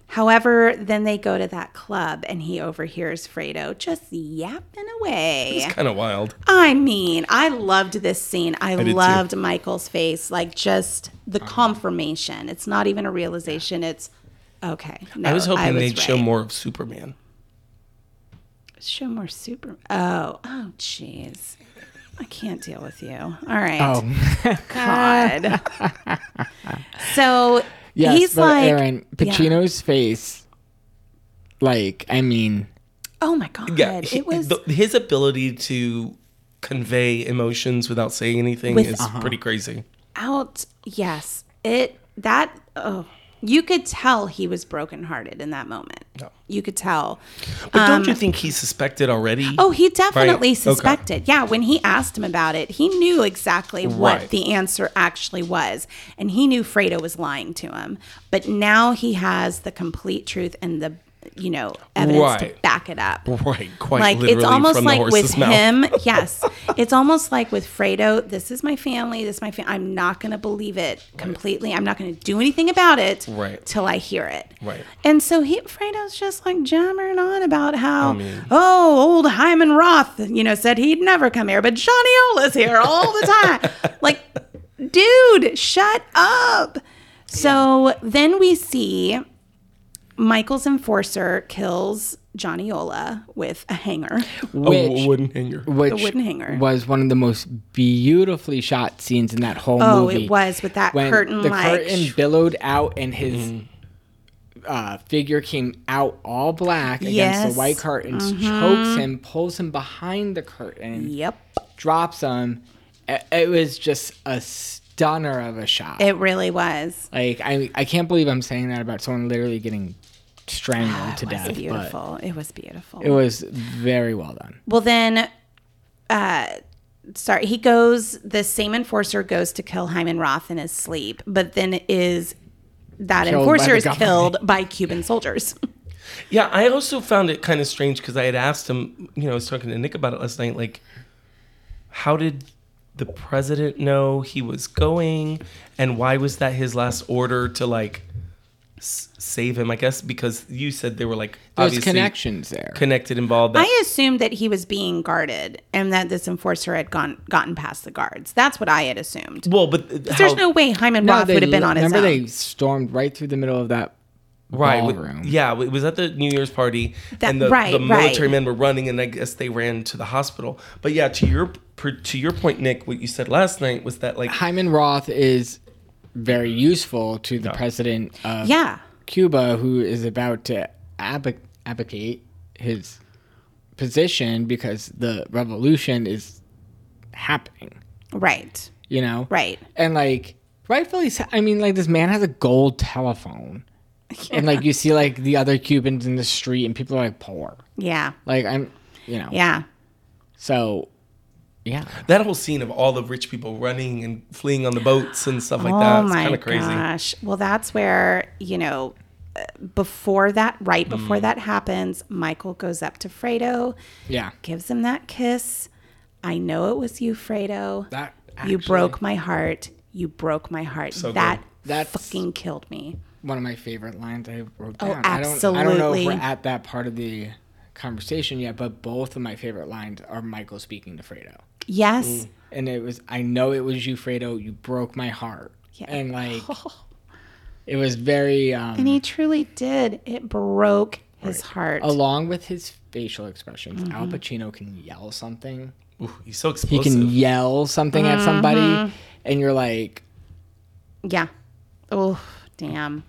B: However, then they go to that club and he overhears Fredo just yapping away.
C: Kind of wild.
B: I mean, I loved this scene. I,
C: did too.
B: loved Michael's face, like just the confirmation. It's not even a realization. It's okay. No,
C: I was hoping they'd show
B: right.
C: more of Superman.
B: Show more super. Oh, oh, jeez. I can't deal with you. All right.
D: Oh,
B: God. so
D: yes,
B: he's
D: but
B: like,
D: Aaron Pacino's face. Like, I mean,
B: Oh my god!
C: Yeah, he-
B: it was
C: the- his ability to convey emotions without saying anything
B: With- uh-huh.
C: is pretty crazy.
B: out. Yes, it that. Oh, you could tell he was brokenhearted in that moment.
C: Yeah.
B: You could tell.
C: But don't you think he suspected already?
B: Um, Oh, he definitely
C: Okay.
B: suspected. Yeah, when he asked him about it, he knew exactly what
C: Right.
B: the answer actually was. And he knew Fredo was lying to him. But now he has the complete truth and the, you know, evidence to
C: Right.
B: back it up.
C: right, quite
B: Like it's
C: literally
B: almost
C: from the
B: like
C: horse's
B: with
C: mouth.
B: him, yes. It's almost like with Fredo, this is my family, this is my family. I'm not going to believe it completely. I'm not going to do anything about it
C: Right.
B: till I hear it.
C: Right.
B: And so he Fredo's just like jammering on about how,
C: mean-
B: oh, old Hyman Roth, you know, said he'd never come here, but Johnny Ola's here all the time. like, dude, shut up. So then we see Michael's enforcer kills Johnny Ola with a hanger.
C: A
D: Which,
C: w- wooden hanger.
D: which
B: The wooden hanger.
D: was one of the most beautifully shot scenes in that whole
B: Oh,
D: movie.
B: it was with that
D: when
B: curtain
D: the
B: like
D: curtain billowed out and his uh, figure came out all black against
B: Yes. Mm-hmm.
D: the white curtain, chokes him, pulls him behind the curtain,
B: Yep.
D: drops him. I- It was just a stunner of a shot.
B: It really was.
D: like I, I can't believe I'm saying that about someone literally getting strangled
B: Ah, It
D: to
B: was
D: death. But
B: beautiful. It was beautiful.
D: it was very well done.
B: Well, then, uh, sorry, he goes, the same enforcer goes to kill Hyman Roth in his sleep, but then is that
D: Killed by
B: enforcer
D: the
B: is
D: government.
B: killed by Cuban soldiers.
C: Yeah, I also found it kind of strange because I had asked him, you know, I was talking to Nick about it last night, like, how did the president know he was going and why was that his last order to, like, s- save him? I guess because you said they were, like,
D: There's
C: obviously
D: connections there.
C: connected, involved. That,
B: I assumed that he was being guarded and that this enforcer had gone gotten past the guards. That's what I had assumed.
C: well, but uh,
B: There's no way Hyman Roth
D: they
B: would have been
D: l-
B: on his
D: remember
B: own.
D: they stormed right through the middle of that
C: right, with-
D: ballroom.
C: yeah, it was at the New Year's party,
B: That-
C: and the,
B: right,
C: the military
B: right.
C: men were running, and I guess they ran to the hospital. But yeah, to your per- to your point, Nick, what you said last night was that like
D: Hyman Roth is very useful to the president of
B: yeah.
D: Cuba, who is about to ab- abdicate his position because the revolution is happening.
B: Right.
D: You know,
B: Right.
D: And like, rightfully, so- I mean, like this man has a gold telephone, and like you see like the other Cubans in the street, and people are like poor.
B: Yeah.
D: Like I'm, you know,
B: Yeah.
D: so yeah.
C: That whole scene of all the rich people running and fleeing on the boats and stuff like
B: Oh
C: that is
B: my
C: kind of crazy.
B: gosh. Well, that's where, you know, uh, before that, right before
D: Mm.
B: that happens, Michael goes up to Fredo,
D: Yeah.
B: gives him that kiss. I know it was you, Fredo.
D: That
B: you
D: actually-
B: broke my heart. You broke my heart. that
D: That's-
B: fucking killed me.
D: one of my favorite lines I wrote
B: Oh,
D: down. I don't, I don't know if
B: absolutely.
D: we're at that part of the conversation yet, but both of my favorite lines are Michael speaking to Fredo.
B: Yes.
D: And it was, I know it was you, Fredo. You broke my heart.
B: Yeah.
D: And like, it was very, um,
B: And he truly did. It broke his heart.
D: along with his facial expressions, Al
B: Mm-hmm.
D: Pacino can yell something.
C: Ooh, he's so
D: He
C: explosive.
D: can yell something at
B: Mm-hmm.
D: somebody, and you're like,
B: Yeah. Oh, damn.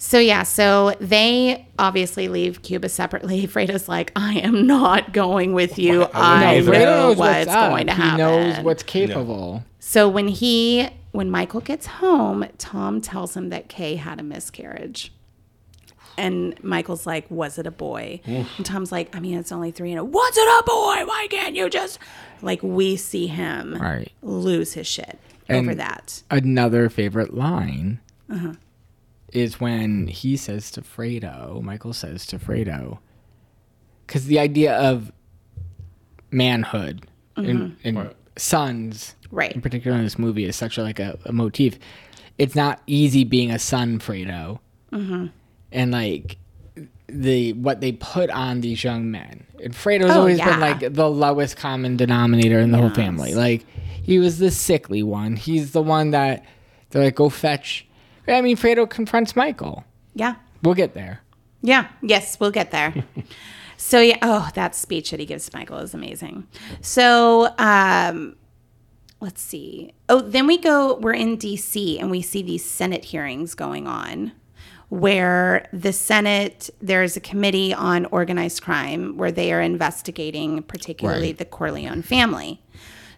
B: So yeah, so they obviously leave Cuba separately. Fredo's like, I am not going with you. I
C: I
D: Fredo
C: wouldn't
B: know
D: knows
B: what's
D: up.
B: going to
D: he
B: happen.
D: knows what's capable.
B: so when he when Michael gets home, Tom tells him that Kay had a miscarriage. And Michael's like, Was it a boy? And Tom's like, I mean, it's only three and a was it a boy? Why can't you just like we see him
D: Right.
B: lose his shit over that.
D: another favorite line is when he says to Fredo, Michael says to Fredo, because the idea of manhood and, and sons,
B: Right.
D: in particular in this movie, is such a, like a, a motif. It's not easy being a son, Fredo,
B: Mm-hmm.
D: and like the what they put on these young men. And Fredo's
B: Oh,
D: always
B: yeah.
D: been like the lowest common denominator in the whole family. Like he was the sickly one. He's the one that they're like, go fetch. I mean, Fredo confronts Michael.
B: Yeah.
D: We'll get there.
B: Yeah. Yes, we'll get there. so yeah. Oh, that speech that he gives to Michael is amazing. So um, let's see. Oh, then we go. We're in D.C. and we see these Senate hearings going on. where the Senate, there's a committee on organized crime where they are investigating particularly
D: Right.
B: the Corleone family.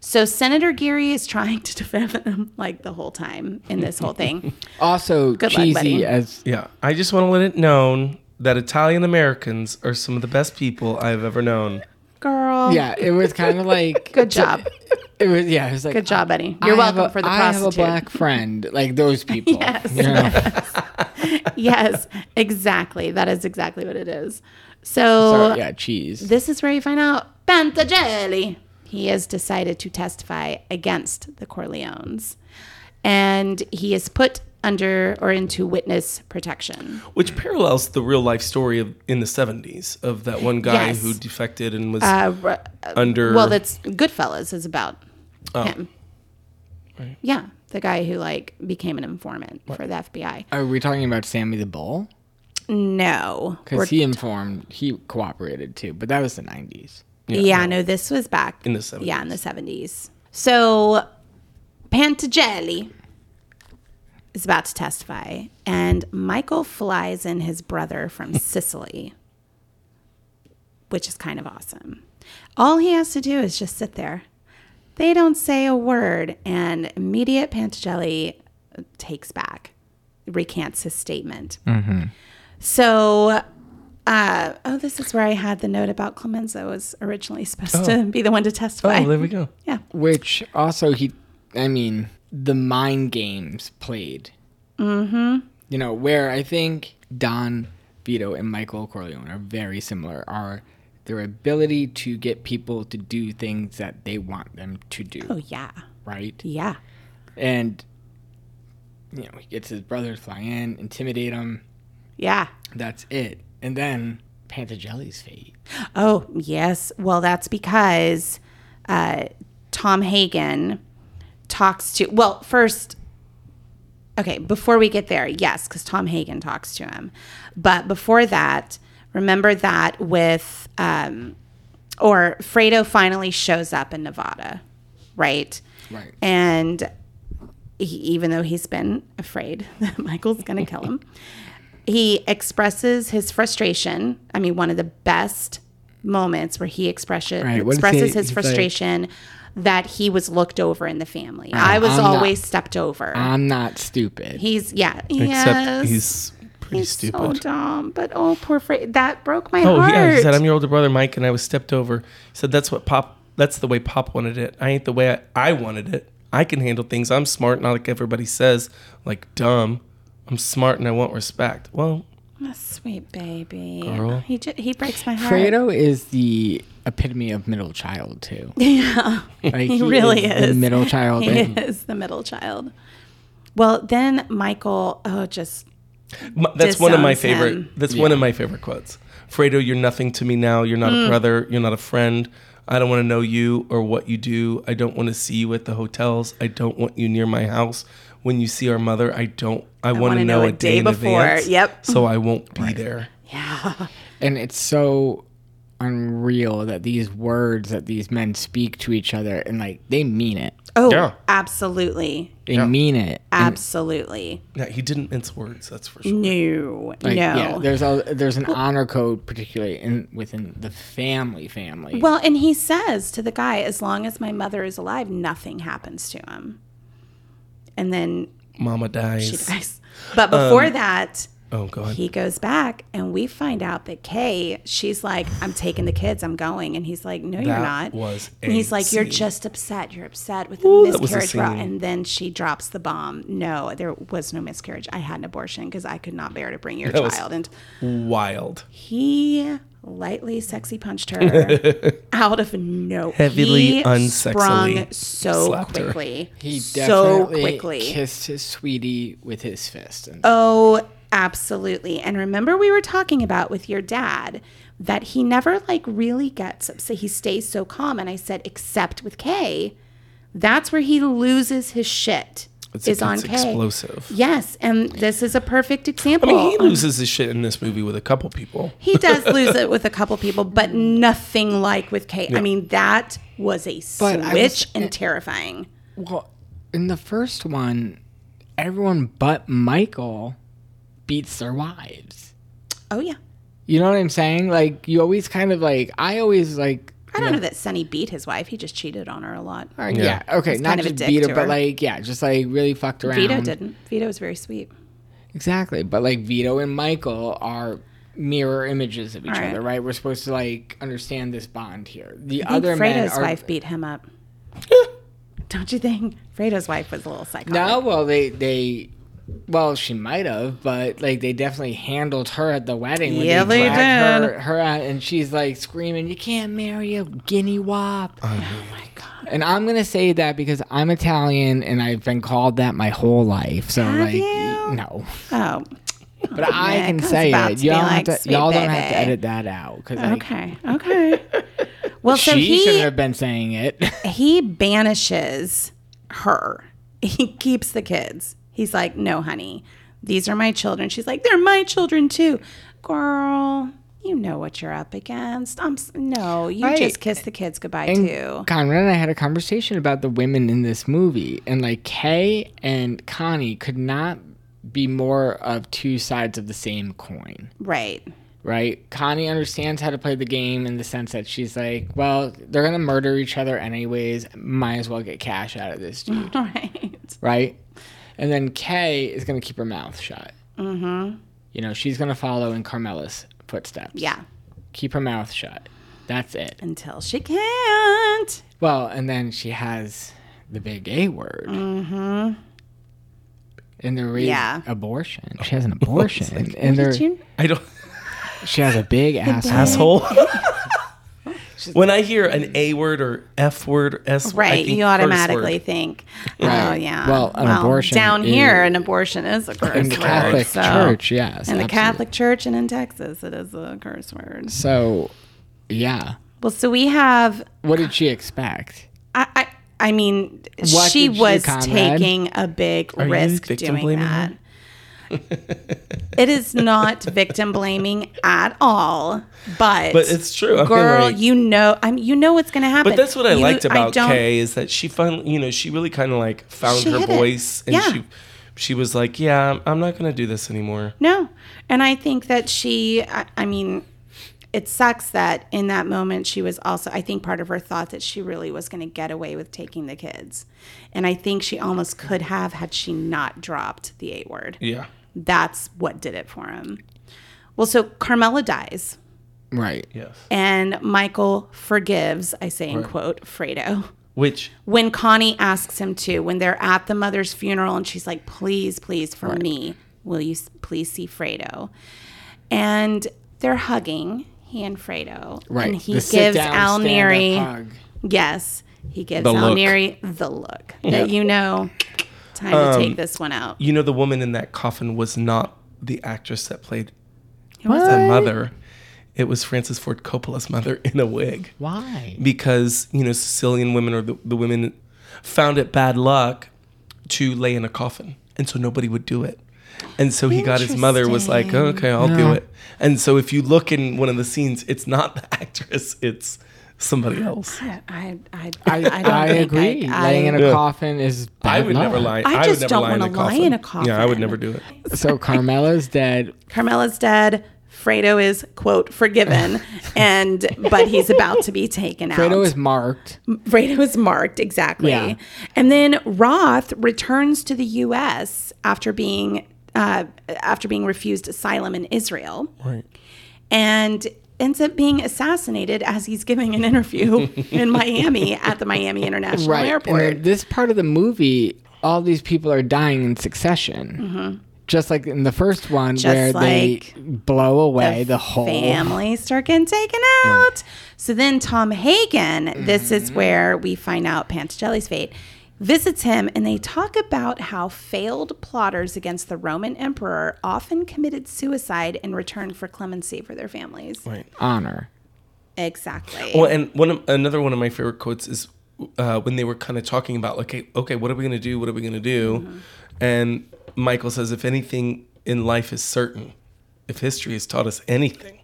B: So Senator Geary is trying to defend them like the whole time in this whole thing.
D: Also
B: Good luck,
D: cheesy
B: buddy.
D: as
E: Yeah, I just want to let it known that Italian Americans are some of the best people I've ever known.
B: Girl.
D: yeah, it was kind of like
B: Good job.
D: It was yeah, it was like
B: Good job, buddy. You're
D: I have
B: welcome
D: a-
B: for the
D: I
B: prostitute.
D: have a black friend, like those people.
B: Yes.
D: you know?
B: yes, exactly. That is exactly what it is. So
D: Sorry, yeah, cheese.
B: This is where you find out Pantagelli. He has decided to testify against the Corleones, and he is put under or into witness protection.
C: Which parallels the real life story of in the 70s of that one guy
B: Yes.
C: who defected and was
B: Uh, r- uh,
C: under.
B: well, that's Goodfellas is about
D: Oh.
B: him. Yeah, the guy who like became an informant for the FBI.
D: Are we talking about Sammy the Bull?
B: No, We're-
D: Because he informed, he cooperated too, but that was the 90s.
B: yeah, no. this was back
C: In the 70s.
B: Yeah, in the seventies. So Pantagelli is about to testify, and Michael flies in his brother from Sicily, which is kind of awesome. All he has to do is just sit there. They don't say a word, and immediate Pantagelli takes back, recants his statement. So, uh, oh, this is where I had the note about Clemenza was originally supposed to be the one to testify.
E: Oh, there we go.
B: Yeah.
D: Which also, he, I mean, the mind games played. Mm hmm.
B: Mm-hmm.
D: You know, where I think Don Vito and Michael Corleone are very similar are their ability to get people to do things that they want them to do,
B: Oh, yeah.
D: right?
B: Yeah.
D: And, you know, he gets his brothers fly in, intimidate him.
B: Yeah.
D: That's it. And then Pantagelli's fate.
B: Oh, yes. Well, that's because uh, Tom Hagen talks to, well, first, okay, before we get there, yes, because Tom Hagen talks to him. But before that, remember that with, um, or Fredo finally shows up in Nevada, right?
D: Right.
B: And he, even though he's been afraid that Michael's going to kill him, he expresses his frustration. I mean, one of the best moments where he expression,
D: Right, what does
B: expresses
D: he-
B: his
D: he's like-
B: frustration that he was looked over in the family. I was
D: Ah, I'm not- Ah.
B: always stepped over.
D: I'm not stupid.
B: he's yeah.
C: Except
B: yes.
C: he's pretty
B: He's so
C: stupid.
B: dumb. But oh, poor Fred. That broke my
C: Oh
B: heart.
C: yeah, he said I'm your older brother Mike, and I was stepped over. He said that's what Pop. That's the way Pop wanted it. I ain't the way I, I wanted it. I can handle things. I'm smart, not like everybody says. Like dumb. I'm smart and I want respect. Well,
B: Oh, sweet baby.
C: Girl.
B: He ju- he breaks my heart.
D: Fredo is the epitome of middle child too.
B: Yeah.
D: Like,
B: He, really
D: the
B: is.
D: middle child.
B: He
D: and
B: is the middle child. Well, then Michael, oh, just
C: m- that's one of my
B: Disowns
C: favorite.
B: him.
C: That's one of my favorite quotes. Fredo, you're nothing to me now. You're
B: Hmm.
C: not a brother. You're not a friend. I don't want to know you or what you do. I don't want to see you at the hotels. I don't want you near my house. When you see our mother, I don't. I, want
B: wanna
C: to know, a day, in
B: before.
C: advance.
B: Yep.
C: So I won't be there.
B: yeah,
D: and it's so unreal that these words that these men speak to each other and like they mean it.
B: oh,
C: Yeah.
B: absolutely,
D: They mean it. And,
B: absolutely,
C: Yeah, he didn't mince words. That's for sure.
B: no, no.
D: like, Yeah, there's a there's an honor code particularly in within the family family.
B: well, and he says to the guy, as long as my mother is alive, nothing happens to him. And then
C: Mama dies.
B: Mm. she dies. But before that,
C: Oh god.
B: he goes back, and we find out that Kay, she's like, "I'm taking the kids, I'm going," and he's like, "No, you're
C: That
B: not."
C: was
B: and
C: a
B: he's like, "You're
C: scene.
B: just upset. You're upset with the
C: that was a
B: miscarriage." route."
C: scene.
B: And then she drops the bomb. No, there was no miscarriage. I had an abortion because I could not bear to bring your
C: That was-
B: child. and
C: Wild.
B: he lightly sexy punched her out of no
C: Heavily
B: he
C: unsexily
B: sprung so
C: slapped her.
B: quickly
D: he
B: so
D: definitely
B: quickly
D: kissed his sweetie with his fist. And
B: Oh, absolutely. And remember we were talking about with your dad that he never like really gets upset. He stays so calm and I said except with Kay, that's where he loses his shit.
C: It's,
B: is
C: it's
B: on Kay.
C: explosive.
B: Yes, and this is a perfect
C: I
B: example.
C: mean, he
B: Um,
C: loses his shit in this movie with a couple people.
B: he does lose it with a couple people, but nothing like with Kay. I mean, that was a
D: But I was-
B: switch and terrifying.
D: Well, in the first one, everyone but Michael beats their wives.
B: Oh yeah.
D: You know what I'm saying? Like you always kind of like I always like
B: I don't know that Sonny beat his wife. He just cheated on her a lot.
D: all right, yeah. okay,
B: He's
D: not
B: kind of a
D: just
B: dick
D: beat her,
B: to her.
D: but like yeah, just like really fucked around.
B: Vito didn't. Vito was very sweet.
D: Exactly. But like Vito and Michael are mirror images of each
B: All right.
D: other, right? We're supposed to like understand this bond here. The
B: I think
D: other men
B: Fredo's
D: are
B: wife beat him up. don't you think? Fredo's wife was a little psychotic.
D: No, well they they well she might have, but like they definitely handled her at the wedding. when
B: Yeah, they
D: dragged
B: did.
D: Her, her out, and she's like screaming, "You can't marry a guinea wop."
B: Oh my god.
D: And I'm gonna say that because I'm Italian and I've been called that my whole life. So
B: Have
D: like,
B: you?
D: no,
B: Oh.
D: but I
B: Nick,
D: can
B: I was
D: say
B: about
D: it.
B: to be
D: Y'all,
B: like,
D: have to,
B: "Sweet
D: y'all don't have
B: baby."
D: to edit that out because
B: Okay. Okay. Well, so
D: she
B: he
D: shouldn't have been saying it.
B: he banishes her. He keeps the kids. He's like, "No, honey. These are my children." She's like, "They're my children too." Girl, you know what you're up against. I'm s- no, you
D: Right.
B: just kiss the kids goodbye too.
D: Conrad and I had a conversation about the women in this movie, and like Kay and Connie could not be more of two sides of the same coin,
B: Right.
D: right? Connie understands how to play the game in the sense that she's like, well, they're gonna murder each other anyways. Might as well get cash out of this dude,
B: Right.
D: right? And then Kay is gonna keep her mouth shut. Mm-hmm. You know, she's gonna follow in Carmela's footsteps.
B: Yeah.
D: keep her mouth shut. That's it.
B: Until she can't.
D: Well, and then she has the big A word. Mm-hmm. And they're
B: Yeah.
D: abortion. She has an abortion, and they're,
B: Did you
C: I don't
D: she has a big asshole.
C: asshole. when I hear an A word or F word, or S word, I
B: Right,
C: think
B: you
C: curse
B: automatically
C: word.
B: think, oh
D: Right.
B: yeah.
D: Well, an abortion
B: down
D: is-
B: here, an abortion is a curse
D: In
B: word.
D: the Catholic
B: so-
D: Church, yes,
B: in the
D: absolutely.
B: Catholic Church and in Texas, it is a curse word.
D: So, yeah.
B: Well, so we have,
D: What did she expect?
B: I, I, I mean,
D: What
B: she
D: did she,
B: was
D: Conrad?
B: taking a big
C: you
B: risk
C: victim
B: doing
C: blaming
B: that. it is not victim blaming at all, but
C: But it's true. I mean,
B: girl,
C: like-
B: you know, I'm, you know what's going to happen.
C: But that's what I
B: You-
C: liked about
B: don't-
C: Kay is that she finally, you know, she really kind of like found
B: She
C: her
B: hit it.
C: voice, and
B: Yeah.
C: she she was like, "Yeah, I'm- I'm not gonna do this anymore."
B: No. And I think that she, I, I mean, it sucks that in that moment she was also, I think part of her thought that she really was going to get away with taking the kids. And I think she almost could have had she not dropped the A word.
C: Yeah,
B: That's what did it for him. Well, so Carmela dies
D: Right.
C: yes.
B: and Michael forgives, I say in quote, Fredo.
C: Which
B: When Connie asks him to, when they're at the mother's funeral and she's like, please, please, for me, will you s- please see Fredo? And they're hugging, he and Fredo.
D: Right.
B: And he
D: The
B: gives
D: sit down,
B: Al
D: stand up
B: Neri,
D: hug.
B: yes, he gives
C: The
B: Al
C: look.
B: Neri the look that you know, time to
D: Um,
B: take this one out.
C: you know, the woman in that coffin was not the actress that played the mother. It was Francis Ford Coppola's mother in a wig.
D: Why?
C: because you know Sicilian women or the, the women found it bad luck to lay in a coffin, and so nobody would do it. And so he got his mother was like, okay, I'll do it. And so if you look in one of the scenes, it's not the actress, it's somebody else.
B: I, I, I,
D: I,
B: I don't
D: I
B: think
D: agree.
B: I, I,
D: Laying in a
C: Yeah.
D: coffin is. Bad
C: I would
D: luck.
C: never lie.
B: I
C: would
B: just
C: never
B: don't
C: in
B: wanna lie in a
C: Yeah, I would
B: coffin.
C: never do it.
D: So Carmela's dead.
B: Carmela's dead. Fredo is quote forgiven, and but he's about to be taken out.
D: Fredo is marked.
B: Fredo is marked exactly.
D: Yeah.
B: And then Roth returns to the U.S. after being uh, after being refused asylum in Israel,
C: Right.
B: and ends up being assassinated as he's giving an interview in Miami at the Miami International Airport.
D: And in this part of the movie, all these people are dying in succession. Just like in the first one, where
B: Mm-hmm. like
D: they blow away the,
C: Oh.
D: whole.
B: families start getting taken out. So then Tom Hagen, this
C: Mm-hmm.
B: is where we find out Pantagelli's fate, visits him and they talk about how failed plotters against the Roman emperor often committed suicide in return for clemency for their families.
C: Right.
D: honor.
B: Exactly.
C: Well, and one of, another one of my favorite quotes is uh, when they were kind of talking about like, okay, okay, what are we gonna do? What are we gonna do?
B: Mm-hmm.
C: And Michael says, if anything in life is certain, if history has taught us anything,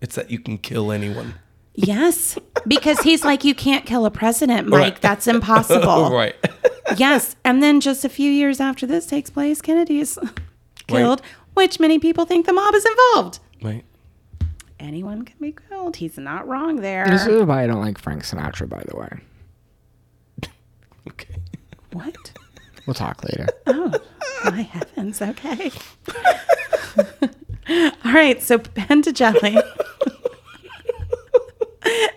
C: it's that you can kill anyone.
B: yes. Because he's like, you can't kill a president, Mike.
C: Right.
B: That's impossible.
C: Right.
B: Yes. And then just a few years after this takes place, Kennedy is killed. which many people think the mob is involved.
E: Right.
B: Anyone can be killed. He's not wrong there.
D: This is why I don't like Frank Sinatra, by the way.
E: Okay.
B: what?
D: We'll talk later.
B: My heavens, okay. All right, so Pentagelli.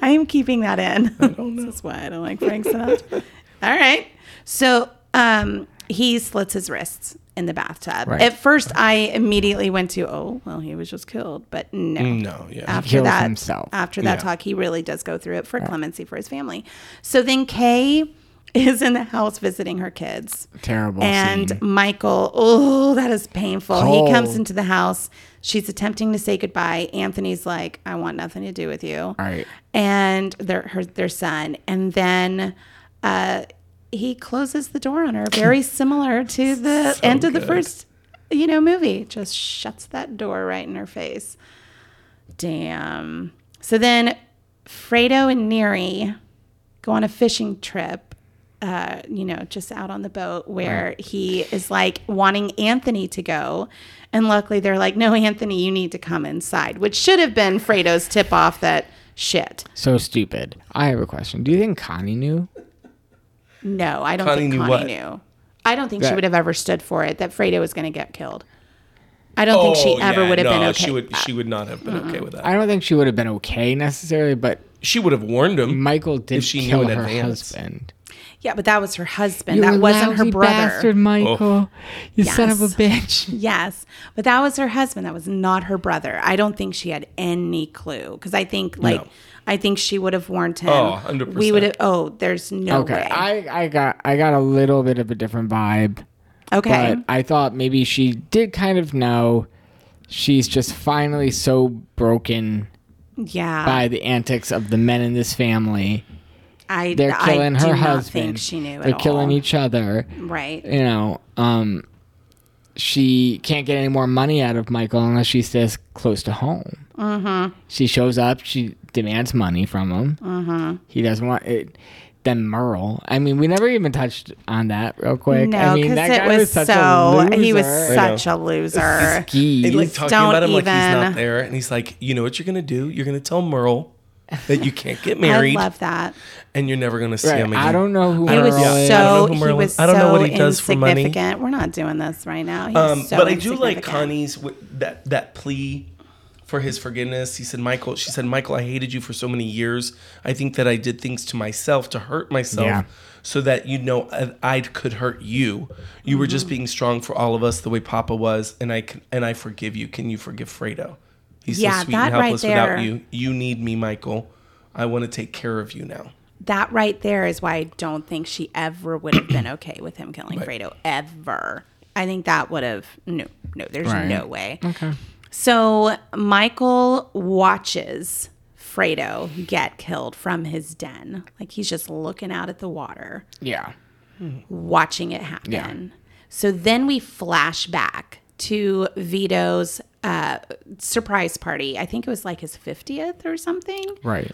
B: I am keeping that in. this is why I don't like Frank Sinatra. All right. So um, he slits his wrists in the bathtub.
D: Right.
B: At first, I immediately went to, oh, well, he was just killed. But no
E: No, yeah.
B: after
D: killed
B: that
D: himself.
B: after that
E: Yeah.
B: talk he really does go through it for clemency for his family so then kay is in the house visiting her kids
D: Terrible
B: and
D: scene.
B: michael oh that is painful he comes
D: Cold.
B: into the house she's attempting to say goodbye anthony's like i want nothing to do with you
D: Right.
B: and their her their son and then uh he closes the door on her very similar to the end of the first you know movie just shuts that door right in her face damn so then fredo and neri go on a fishing trip uh, you know just out on the boat where he is like wanting anthony to go and luckily they're like no anthony you need to come inside which should have been fredo's tip off that shit
D: So stupid. I have a question. Do you think Connie knew?
B: No, I don't
E: Connie
B: think
E: knew
B: Connie
E: what?
B: knew. I don't think she
D: That-
B: would have ever stood for it that Fredo was going to get killed. I don't think she ever would have
E: Oh, no,
B: been okay.
E: She
B: with
E: would.
B: that.
E: She would not have been okay with that.
D: I don't think she would have been okay necessarily, but
E: she would have warned him.
D: Michael did
E: she
D: kill
E: knew in
D: her
E: advance.
D: husband.
B: yeah, but that was her husband.
D: You
B: that wasn't her
D: lousy
B: brother.
D: bastard, Michael.
E: Oh.
D: You son of a
B: Yes.
D: bitch.
B: Yes, but that was her husband. That was not her brother. I don't think she had any clue because I think like I think she would have warned him.
E: Oh, 100%.
B: We would have. Oh, there's no
D: Okay,
B: way.
D: I, I got I got a little bit of a different vibe,
B: okay.
D: but I thought maybe she did kind of know. She's just finally so broken
B: yeah.
D: by the antics of the men in this family.
B: I.
D: They're
B: I
D: killing
B: do
D: her
B: not
D: husband.
B: think she knew.
D: They're
B: at
D: killing
B: all.
D: each other.
B: Right.
D: you know, um, she can't get any more money out of Michael unless she stays close to home. Mm-hmm. She shows up, she demands money from him. Mm-hmm. He doesn't want it. Then Merle. I mean, we never even touched on that real quick. I
B: No,
D: mean,
B: because
D: that
B: it
D: guy
B: was,
D: such
B: so
D: a
B: he was
D: loser.
B: such a loser.
D: Geez.
E: and like talking
B: Don't
E: about him like he's
B: even.
E: not there, and he's like, you know what you're gonna do? You're gonna tell Merle that you can't get
B: I
E: married,
B: love that.
E: and you're never gonna see
D: Right,
E: him again.
D: I don't know who
B: It
D: Merle
B: was
E: know.
D: is.
E: Yeah, I don't
B: so
E: know who
B: he
E: Merlin-
B: was so
E: I don't know what he does for money.
B: insignificant. We're not doing this right now. He was
E: Um,
B: so
E: but I do like
B: insignificant.
E: Connie's w- that that plea for his forgiveness. He said, "Michael," she said, "Michael, I hated you for so many years. I think that I did things to myself to hurt myself,
D: Yeah.
E: so that you know I, I could hurt you. You were
B: Mm-hmm.
E: just being strong for all of us, the way Papa was, and I can, and I forgive you. Can you forgive Fredo? He's
B: Yeah,
E: so sweet
B: that
E: and
B: right
E: helpless
B: there.
E: without you. You need me, Michael. I want to take care of you now."
B: That right there is why I don't think she ever would have been okay with him killing Fredo ever. I think that would have no, no. There's
D: Right.
B: no way. Okay. So Michael watches Fredo get killed from his den. Like he's just looking out at the water.
D: Yeah.
B: watching it happen. So then we flash back to Vito's uh, surprise party. I think it was like his 50th or something.
D: Right.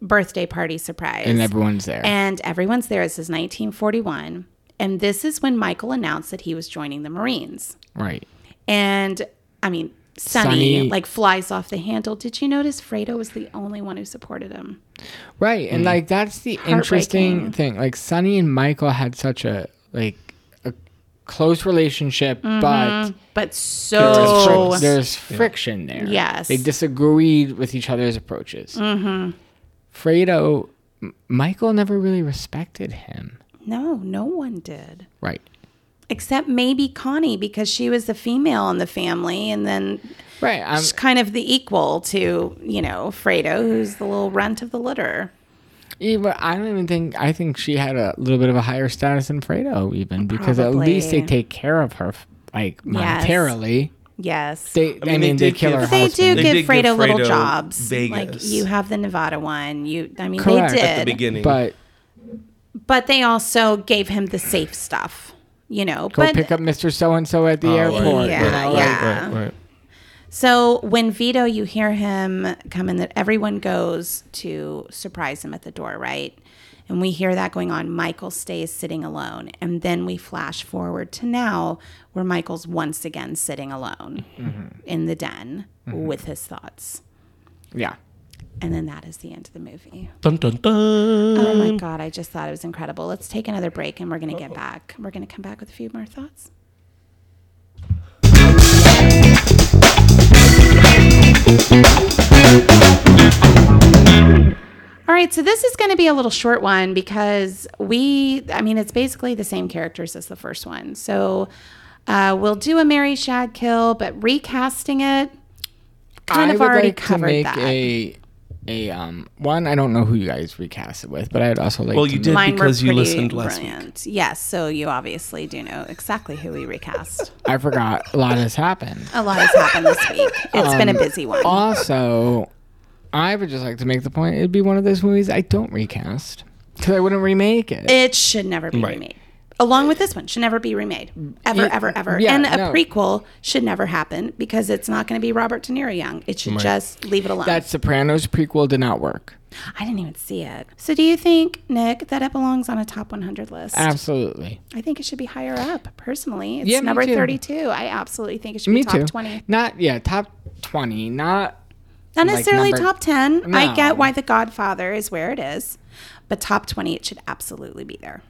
B: Birthday party surprise.
D: And everyone's there.
B: And everyone's there. This is 1941. And this is when Michael announced that he was joining the Marines.
D: right.
B: And I mean, Sonny,
D: Sonny-
B: like flies off the handle. Did you notice Fredo was the only one who supported him?
D: Right.
B: Mm.
D: And like that's the interesting thing. Like Sonny and Michael had such a like a close relationship,
B: Mm-hmm.
D: but
B: But
D: there's, fric-
B: so
D: there's friction there.
B: Oh. Yes.
D: They disagreed with each other's approaches. Mm-hmm. Fredo, M- Michael never really respected him.
B: no, no one did.
D: Right.
B: except maybe Connie because she was the female in the family and then
D: Right. I'm,
B: she's kind of the equal to, you know, Fredo, who's the little runt of the litter.
D: even, e, I don't even think, I think she had a little bit of a higher status than Fredo, even because at least they
B: Probably.
D: take care of her, like
B: Yes.
D: monetarily.
B: Yes.
D: They, I mean, they,
E: they did
D: kill
E: give-
D: her
E: But
B: they do
D: husband.
E: They
B: give
E: did
B: Fredo,
E: give
B: little
E: Fredo
B: jobs. Like
E: Vegas.
B: you have the Nevada one. You I mean
D: Correct.
B: they
D: At
B: did.
D: the
E: At the beginning,
D: But
B: But they also gave him the safe stuff. You know,
D: go
B: but
D: pick up Mr. So and so at
C: Oh,
D: the
E: Right,
D: airport.
B: Yeah,
D: you know, like-
B: yeah.
E: right, right, right.
B: So when Vito, you hear him come in, that everyone goes to surprise him at the door, right? And we hear that going on. Michael stays sitting alone. And then we flash forward to now where Michael's once again sitting alone
E: Mm-hmm.
B: in the den with his thoughts.
D: Yeah.
B: And then that is the end of the movie.
C: Dun, dun, dun.
B: Oh
D: Um,
B: my God, I just thought it was incredible. Let's take another break and we're going to get back. We're going to come back with a few more thoughts. All right, so this is going to be a little short one because we, I mean, it's basically the same characters as the first one. So uh, we'll do a Mary Shad kill, but recasting it, kind
D: I
B: of
D: would
B: already
D: like to
B: covered
D: make
B: that.
D: a a um one. I don't know who you guys recast it with, but I'd also like.
C: Well,
D: to
C: you
D: make-
C: did
B: Mine were
C: because you
B: pretty
C: listened last week.
B: brilliant. Yes, so you obviously do know exactly who we recast.
D: I forgot a lot has happened.
B: a lot has happened this week. It's been
D: Um,
B: a busy one.
D: Also, I would just like to make the point: it'd be one of those movies I don't recast because I wouldn't remake it.
B: It should never be remade. Along with this one, should never be remade. Ever,
D: Yeah,
B: ever, ever.
D: yeah,
B: and a
D: no.
B: prequel should never happen because it's not going to be Robert De Niro young. It should just leave it alone.
D: that Sopranos prequel did not work.
B: I didn't even see it. So, do you think, Nick, that it belongs on a top 100 list?
D: Absolutely.
B: I think it should be higher up, personally. It's
D: Yeah, me
B: number
D: too.
B: 32. I absolutely think it should
D: Me
B: be top
D: too.
B: 20.
D: Not yeah, top twenty. Not
B: Not
D: like
B: necessarily
D: number-
B: top 10. I
D: No.
B: get why The Godfather is where it is, but top 20, it should absolutely be there.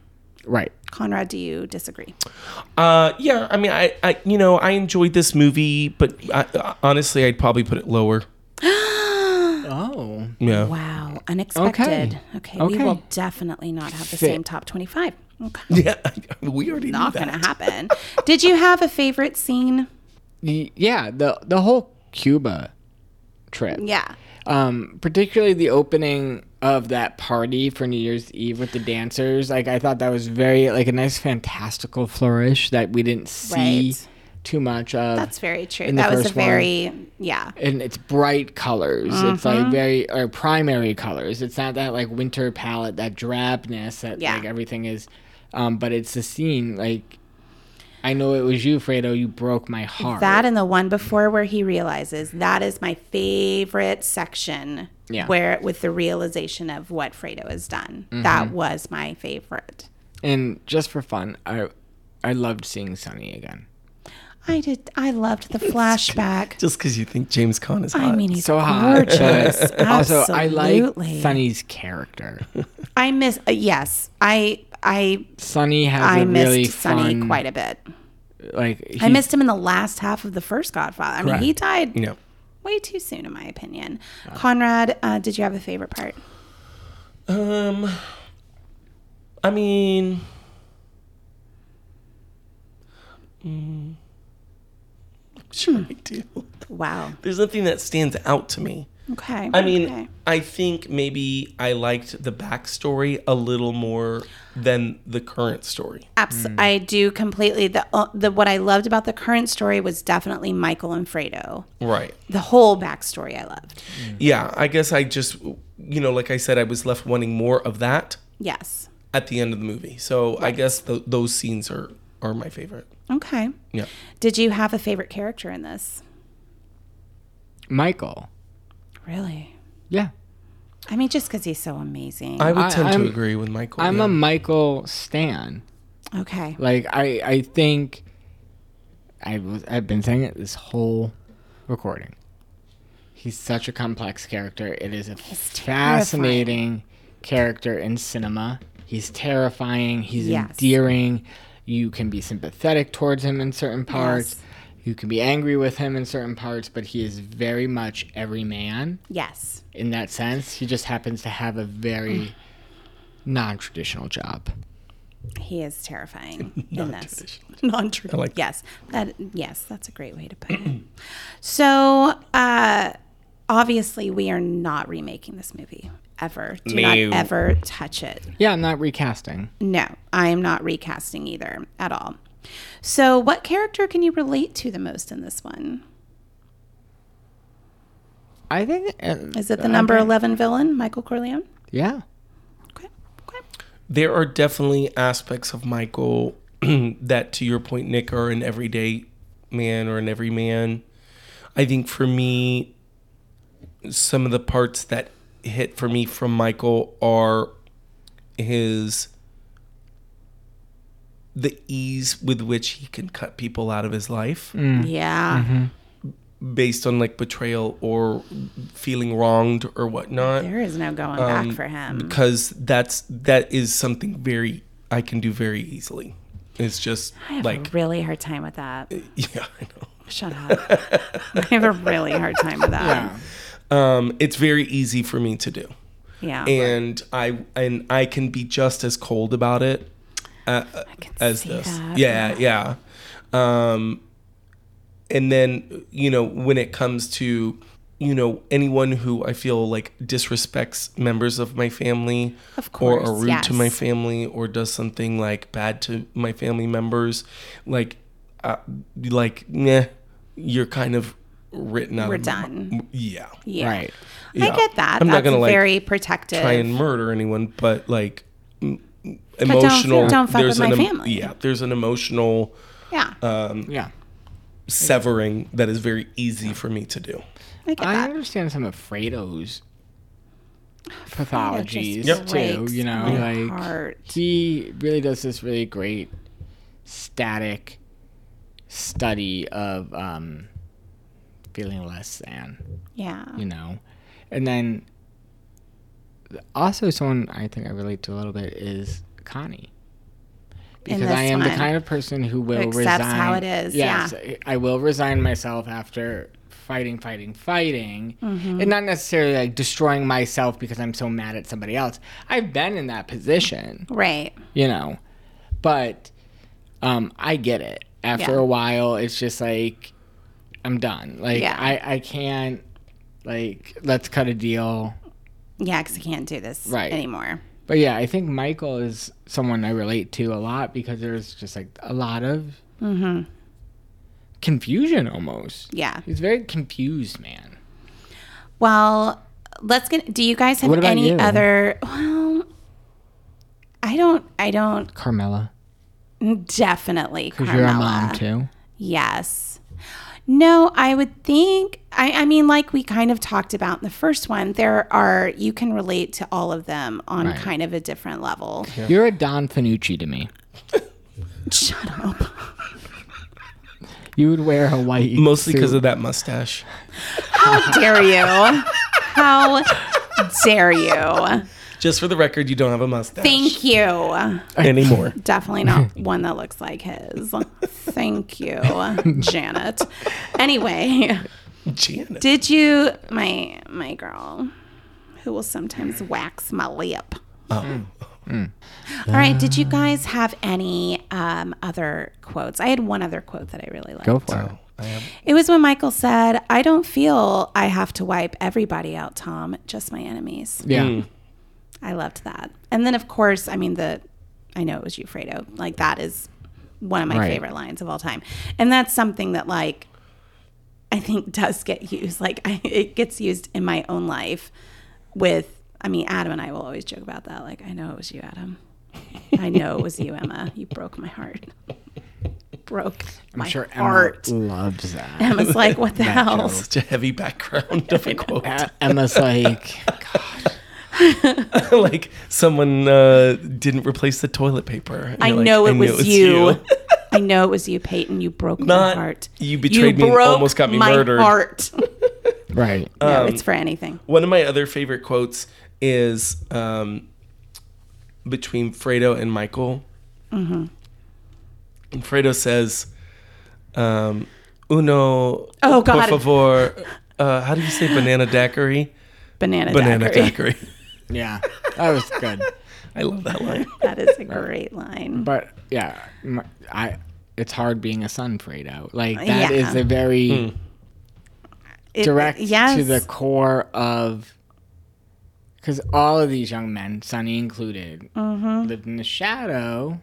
D: right.
B: Conrad, do you disagree?
C: Uh, yeah, I mean, I, I, you know, I enjoyed this movie, but I, I- honestly, I'd probably put it lower.
D: Oh,
C: Yeah.
B: Wow, unexpected. Okay, we
D: Okay.
B: will definitely not have the
D: Fit.
B: same top 25. Okay.
C: Yeah, we already knew
B: Not
C: that.
B: going to happen. Did you have a favorite scene?
D: Y- yeah. The the whole Cuba trip.
B: Yeah.
D: um, particularly the opening of that party for New Year's Eve with the dancers. Like I thought that was very like a nice fantastical flourish that we didn't see
B: Right.
D: too much of.
B: That's very true.
D: In the
B: That was a
D: first one.
B: very, yeah.
D: and it's bright colors. It's
B: Mm-hmm.
D: like very or primary colors. It's not that like winter palette, that drabness that
B: Yeah.
D: like everything is. Um, but it's the scene like. I know it was you, Fredo. You broke my heart.
B: That and the one before where he realizes that is my favorite section.
D: Yeah.
B: Where with the realization of what Fredo has done. That
D: Mm-hmm.
B: was my favorite.
D: and just for fun, I I loved seeing Sunny again.
B: I did I loved the flashback.
C: Just because you think James Conn is hot.
B: I mean he's
D: So hot.
B: gorgeous.
D: Also, I like
B: Absolutely.
D: Sunny's character.
B: I miss uh, yes. I I
D: Sunny has
B: I
D: a
B: missed
D: really
B: Sonny
D: fun,
B: quite a bit.
D: like he,
B: I missed him in the last half of the first Godfather. I mean, he died
C: yeah.
B: way too soon, in my opinion. Conrad, uh, did you have a favorite part?
C: Um, I mean, mm, I'm sure I do.
B: Wow.
C: There's nothing that stands out to me.
B: Okay.
C: I mean,
D: Hmm.
B: okay.
C: I think maybe I liked the backstory a little more than the current story.
B: Abs- I do completely. The, uh, the what I loved about the current story was definitely Michael and Fredo.
C: Right.
B: The whole backstory I loved.
C: Yeah, I guess I just, you know, like I said, I was left wanting more of that
B: Yes.
C: at the end of the movie. So I guess th those scenes are are my favorite.
B: Okay.
C: Yeah.
B: Did you have a favorite character in this?
D: Michael.
B: Really?
D: Yeah,
B: I mean, just because he's so amazing.
C: I would
D: I-
C: tend
D: I'm-
C: to agree with Michael.
D: I'm
C: yeah.
D: a Michael stan.
B: okay.
D: Like I, I think I was, I've been saying it this whole recording. He's such a complex character. It is a fascinating character in cinema. He's terrifying. He's
B: Yes.
D: endearing. You can be sympathetic towards him in certain parts.
B: Yes.
D: You can be angry with him in certain parts, but he is very much every man
B: Yes.
D: in that sense. He just happens to have a
B: Mm.
D: very non-traditional job.
B: He is terrifying in this. Non-traditional.
C: like that.
B: yes, that yes, that's a great way to put it. so, uh, obviously, we are not remaking this movie ever. Do not ever touch it.
D: Yeah, I'm not recasting.
B: No, I am not recasting either at all. So, what character can you relate to the most in this one?
D: I think uh,
B: Is it the number eleven villain, Michael Corleone?
D: yeah.
B: Okay, okay,
C: there are definitely aspects of Michael that, to your point, Nick, are an everyday man or an everyman. I think for me, some of the parts that hit for me from Michael are his the ease with which he can cut people out of his life
B: Mm. Hmm. Yeah.
C: based on like betrayal or feeling wronged or whatnot
B: There is no going
C: Um,
B: back for him.
C: because that's that is something very I can do very easily. It's just
B: I have
C: like eh,
B: a really hard time with that.
C: yeah, I know.
B: Shut up. I have a really hard time with that.
C: Um, it's very easy for me to do,
B: Yeah.
C: and I and I can be just as cold about it
B: I can
C: as
B: see
C: this.
B: that.
C: Yeah, yeah. Um, and then you know when it comes to you know anyone who I feel like disrespects members of my family,
B: Of
C: or
B: course,
C: are rude to my
B: yes.
C: family, or does something like bad to my family members, like, uh, like yeah, you're kind of written out.
B: We're
C: of-
B: done.
C: Yeah,
B: Yeah.
D: Right.
B: I get that.
C: I'm
B: That's
C: not gonna, like,
B: very protective.
C: try and murder anyone, but like. m- Emotional.
B: don't fuck
C: there's
B: with
C: an
B: my
C: em-
B: family.
C: Yeah, there's an emotional
B: yeah.
C: um,
D: Yeah.
C: severing that is very easy for me to do.
B: I get
D: I
B: that.
D: understand some of Fredo's pathologies
B: Yep.
D: too.
B: breaks
D: You know,
B: my
D: like
B: heart.
D: he really does this really great static study of um, feeling less than.
B: Yeah.
D: You know, and then also someone I think I relate to a little bit is Connie.
B: In
D: Because
B: this
D: I am the
B: one.
D: kind of person who will
B: accepts
D: resign.
B: how it is,
D: Yes,
B: yeah.
D: I will resign myself after fighting, fighting, fighting,
B: Mm-hmm.
D: and not necessarily like destroying myself because I'm so mad at somebody else. I've been in that position,
B: Right.
D: you know, but um, I get it. After
B: Yeah.
D: a while, it's just like I'm done. Like
B: Yeah.
D: I, I can't. Like let's cut a deal.
B: Yeah, because I can't do this
D: Right.
B: anymore.
D: But yeah, I think Michael is someone I relate to a lot because there's just like a lot of
B: Mm-hmm.
D: confusion almost.
B: Yeah.
D: He's a very confused, man.
B: Well, let's get. Do you guys have
D: What about
B: any
D: you?
B: other? Well, I don't. I don't.
D: Carmela,
B: Definitely,
D: because you're a mom
B: Carmela.
D: too.
B: Yes. No, I would think, I, I mean, like we kind of talked about in the first one, there are, you can relate to all of them on
D: Right.
B: kind of a different level.
D: You're a Don Finucci to me.
B: Shut up.
D: You would wear a white
C: Mostly because
D: suit.
C: of that mustache.
B: How dare you? How dare you?
C: Just for the record, you don't have a mustache
B: Thank you.
C: anymore.
B: Definitely not one that looks like his. Thank you, Janet. Anyway,
C: Janet.
B: did you my my girl who will sometimes wax my lip? All right. Did you guys have any um, other quotes? I had one other quote that I really liked.
D: Go for it.
B: It was when Michael said, "I don't feel I have to wipe everybody out, Tom, just my enemies."
D: Yeah.
B: I loved that. And then, of course, I mean, the I know it was you, Fredo. Like, that is one of my
D: Right.
B: favorite lines of all time. And that's something that, like, I think does get used. Like, I, it gets used in my own life with, I mean, Adam and I will always joke about that. Like, I know it was you, Adam. I know it was you, Emma. You broke my heart. Broke my
D: I'm sure Emma
B: heart.
D: loves that.
B: Emma's like, what the hell?
C: Such a heavy background of a quote.
D: Uh, Emma's like,
C: like someone uh, didn't replace the toilet paper. And
B: I
C: you're like,
B: know it was
C: it's
B: you. I know it was you, Peyton. You broke my
C: Not,
B: heart.
C: "You betrayed me and almost got me
B: my
C: murdered." Um,
B: Heart.
D: right.
B: no, it's for anything.
C: One of my other favorite quotes is um, between Fredo and Michael.
B: Mm-hmm.
C: And Fredo says, um, Uno,
B: Oh,
C: por
B: God.
C: favor. Uh, how do you say banana daiquiri?
B: Banana,
C: Banana
B: daiquiri.
C: daiquiri.
D: Yeah. That was good.
C: I love that line.
B: That is a great line.
D: But yeah, m- I. It's hard being a son, Fredo. Like that is
B: Yeah.
D: a very
B: It-
D: direct
B: yes.
D: to the core of because all of these young men, Sonny included,
B: Mm-hmm.
D: lived in the shadow of this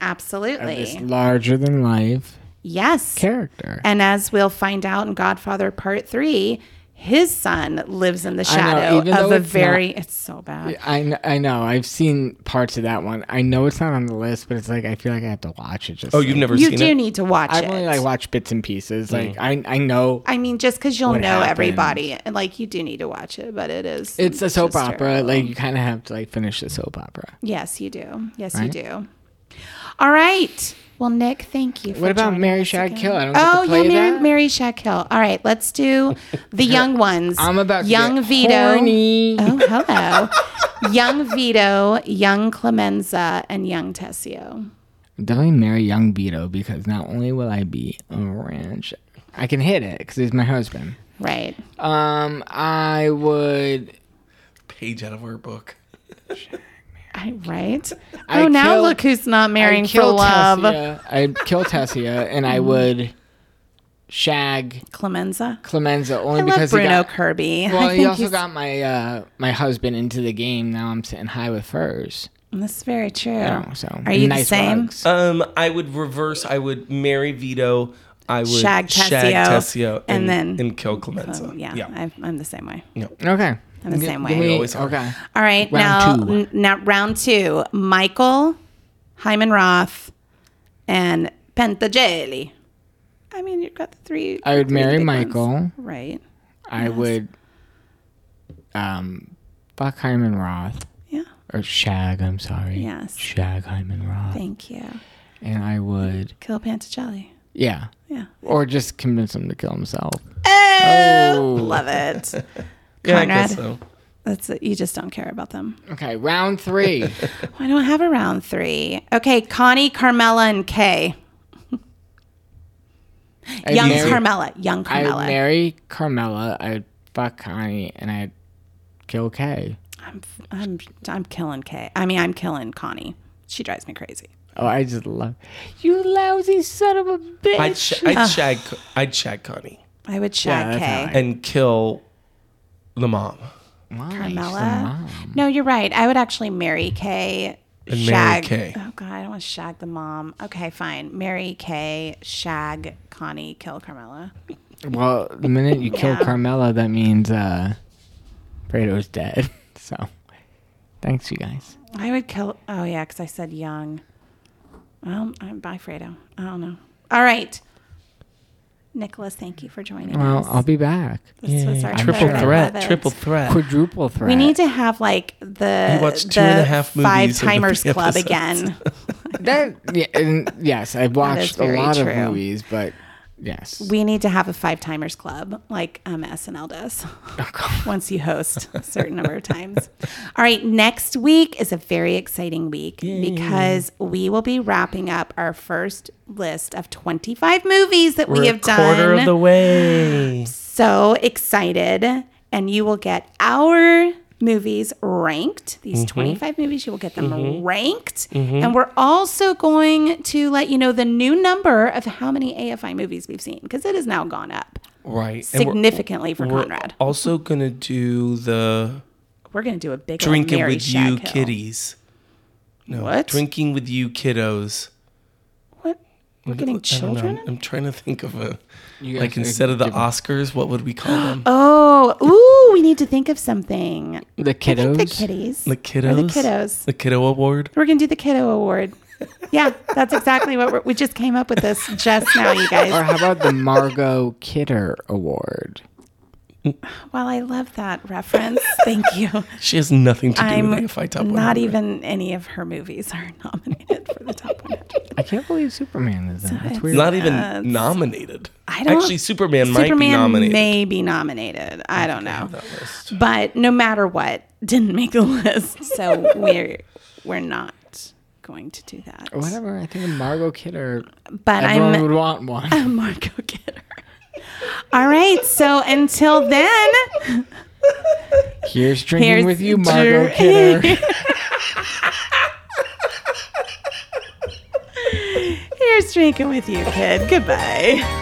B: absolutely.
D: larger than life
B: Yes.
D: character.
B: And as we'll find out in Godfather Part Three, his son lives in the
D: I know,
B: shadow
D: even
B: of
D: though
B: a
D: it's
B: very. it's so bad.
D: I, kn- I know. I've seen parts of that one. I know it's not on the list, but it's like I feel like I have to watch it. Just
E: Oh,
D: like-
E: you've never
B: You
E: seen
B: do
E: it?
B: need to watch
D: I've
B: it.
D: only like watched bits and pieces. Like I I know
B: I mean, just because you'll
D: what
B: know
D: happened.
B: everybody, and like you do need to watch it, but it is.
D: it's a soap
B: just
D: opera.
B: terrible.
D: Like you kind of have to like finish the soap opera.
B: yes, you do. Yes, you
D: Right?
B: do. All right. Well, Nick, thank you. For
D: What about
B: joining
D: Mary
B: us
D: Shag
B: again.
D: Kill? I don't get to
B: Oh
D: play
B: yeah, Mary,
D: that?
B: Mary Shag Kill. All right, let's do the young ones.
D: I'm about to
B: young
D: get
B: Vito.
D: horny.
B: Oh hello, young Vito, young Clemenza, and young Tessio.
D: Definitely marry young Vito because not only will I be a ranch, I can hit it because he's my husband.
B: Right.
D: Um, I would.
E: Page out of her book.
B: I, right.
D: I
B: oh, now
D: kill-
B: look who's not marrying
D: I'd
B: for
D: kill
B: love. Mm-hmm.
D: Tessia. I'd kill Tessia and I would shag
B: Clemenza.
D: Clemenza
B: I
D: only
B: love
D: because he
B: Bruno
D: got.
B: Kirby. I
D: Well,
B: think
D: he also
B: he's-
D: got my uh, my husband into the game. Now I'm sitting high with furs.
B: That's very true.
D: You know, so
B: Are you
D: nice
B: the same?
D: rugs.
E: Um, I would reverse. I would marry Vito. I would
B: Shag Tessio,
E: Tessio
B: and
E: and,
B: then-
E: then and kill Clemenza.
B: Oh, yeah,
E: yeah.
B: I've, I'm the same way.
D: Okay.
B: Oh. I'm the
D: G-
B: same
D: give
B: way.
D: me-
B: You
E: always are.
D: okay.
B: All right,
D: Round
B: now
D: two.
B: n- now round two. Michael, Hyman Roth, and Pentageli. I mean, you've got the three.
D: I would
B: three
D: marry
B: big ones.
D: Michael.
B: Right.
D: I would um fuck Hyman Roth
B: Yeah.
D: or shag, I'm sorry.
B: Yes.
D: Shag Hyman Roth.
B: Thank you.
D: and I would
B: Kill Pentageli.
D: yeah.
B: Yeah.
D: Or just convince him to kill himself.
B: Oh, love it.
E: Yeah, I
B: Conrad.
E: guess so.
B: That's it. you just don't care about them.
D: Okay, round three.
B: I don't have a round three. Okay, Connie, Carmela, and Kay.
D: I'd
B: young
D: marry-
B: Carmela. Young Carmela.
D: I'd marry Carmela. I'd fuck Connie, and I'd kill Kay.
B: I'm, I'm, I'm killing Kay. I mean, I'm killing Connie. She drives me crazy.
D: Oh, I just love you, lousy son of a bitch.
E: I'd, sh- I'd shag. I'd shag Connie
B: I would
D: Yeah,
B: shag
D: that's
B: Kay.
D: not
E: and kill the mom.
D: Why? She's a
B: Carmela.
D: mom.
B: No, you're right. I would actually marry Kay.
E: And marry
B: shag.
E: Kay.
B: Oh God, I don't want to shag the mom. Okay, fine. Marry Kay. Shag Connie. Kill Carmela.
D: Well, the minute you kill
B: Yeah.
D: Carmela, that means uh Fredo's dead. So thanks you guys.
B: I would kill. Oh yeah, because I said young. Well, I'm by Fredo. I don't know. All right, Nicholas. Thank you for joining
D: Well,
B: us.
D: I'll be back.
B: this was our
E: Triple
B: third. I
E: threat.
B: love it.
E: Triple threat.
D: Quadruple threat.
B: We need to have like the
E: You watched two
B: the
E: and a half movies
B: five
E: in
B: timers
E: the
B: club
E: episodes.
B: again.
D: that yeah, and yes, I've watched a
B: very
D: lot
B: true.
D: of movies, but yes.
B: We need to have a five timers club like um, SNL does.
E: Oh,
B: Once you host a certain number of times. All right, next week is a very exciting week because we will be wrapping up our first list of 25 movies that we
E: We're
B: have
E: a quarter
B: done.
E: of the way.
B: so excited and you will get our movies ranked these
E: Mm-hmm.
B: 25 movies you will get them ranked and we're also going to let you know the new number of how many afi movies we've seen because it has now gone up
E: Right. And we're-
B: significantly for
E: we're
B: conrad
E: also gonna do the
B: we're going to do a big old
E: drinking
B: Mary
E: with you
B: Shag Hill.
E: kitties. No,
B: What?
E: Drinking with you kiddos.
B: what we're
E: I
B: getting
E: don't know.
B: children in-
E: I'm trying to think of a
D: You
E: like
D: guys are
E: instead of the Oscars, what would we call them?
B: oh ooh we need to think of something
D: the
B: I think
D: kiddos.
B: the kitties
E: The
B: or
E: kiddos.
B: the kiddos
E: The kiddo award.
B: We're gonna do the kiddo award. Yeah, that's exactly what we're, we just came up with this just now, you
D: or
B: guys.
D: how about the Margot Kidder Award?
B: Well, I love that reference. Thank you.
E: She has nothing to do
B: I'm
E: with the AFI Top 100.
B: not even any of her movies are nominated for the top 100.
D: I can't believe Superman is in. it. That's weird.
E: Not even nominated.
B: I don't-
E: Actually, Superman, might be
B: Superman
E: nominated.
B: may be nominated. I don't know, but no matter what, didn't make the list, so we're we're not going to do that.
D: Whatever. I think Margot Kidder.
B: But
D: Everyone
B: I'm
D: would want one.
B: Marco Kidder. All right, so until then.
D: Here's drinking
B: Here's
D: with you,
B: dr-
D: Margot Kidder.
B: Here's drinking with you, kid. Goodbye.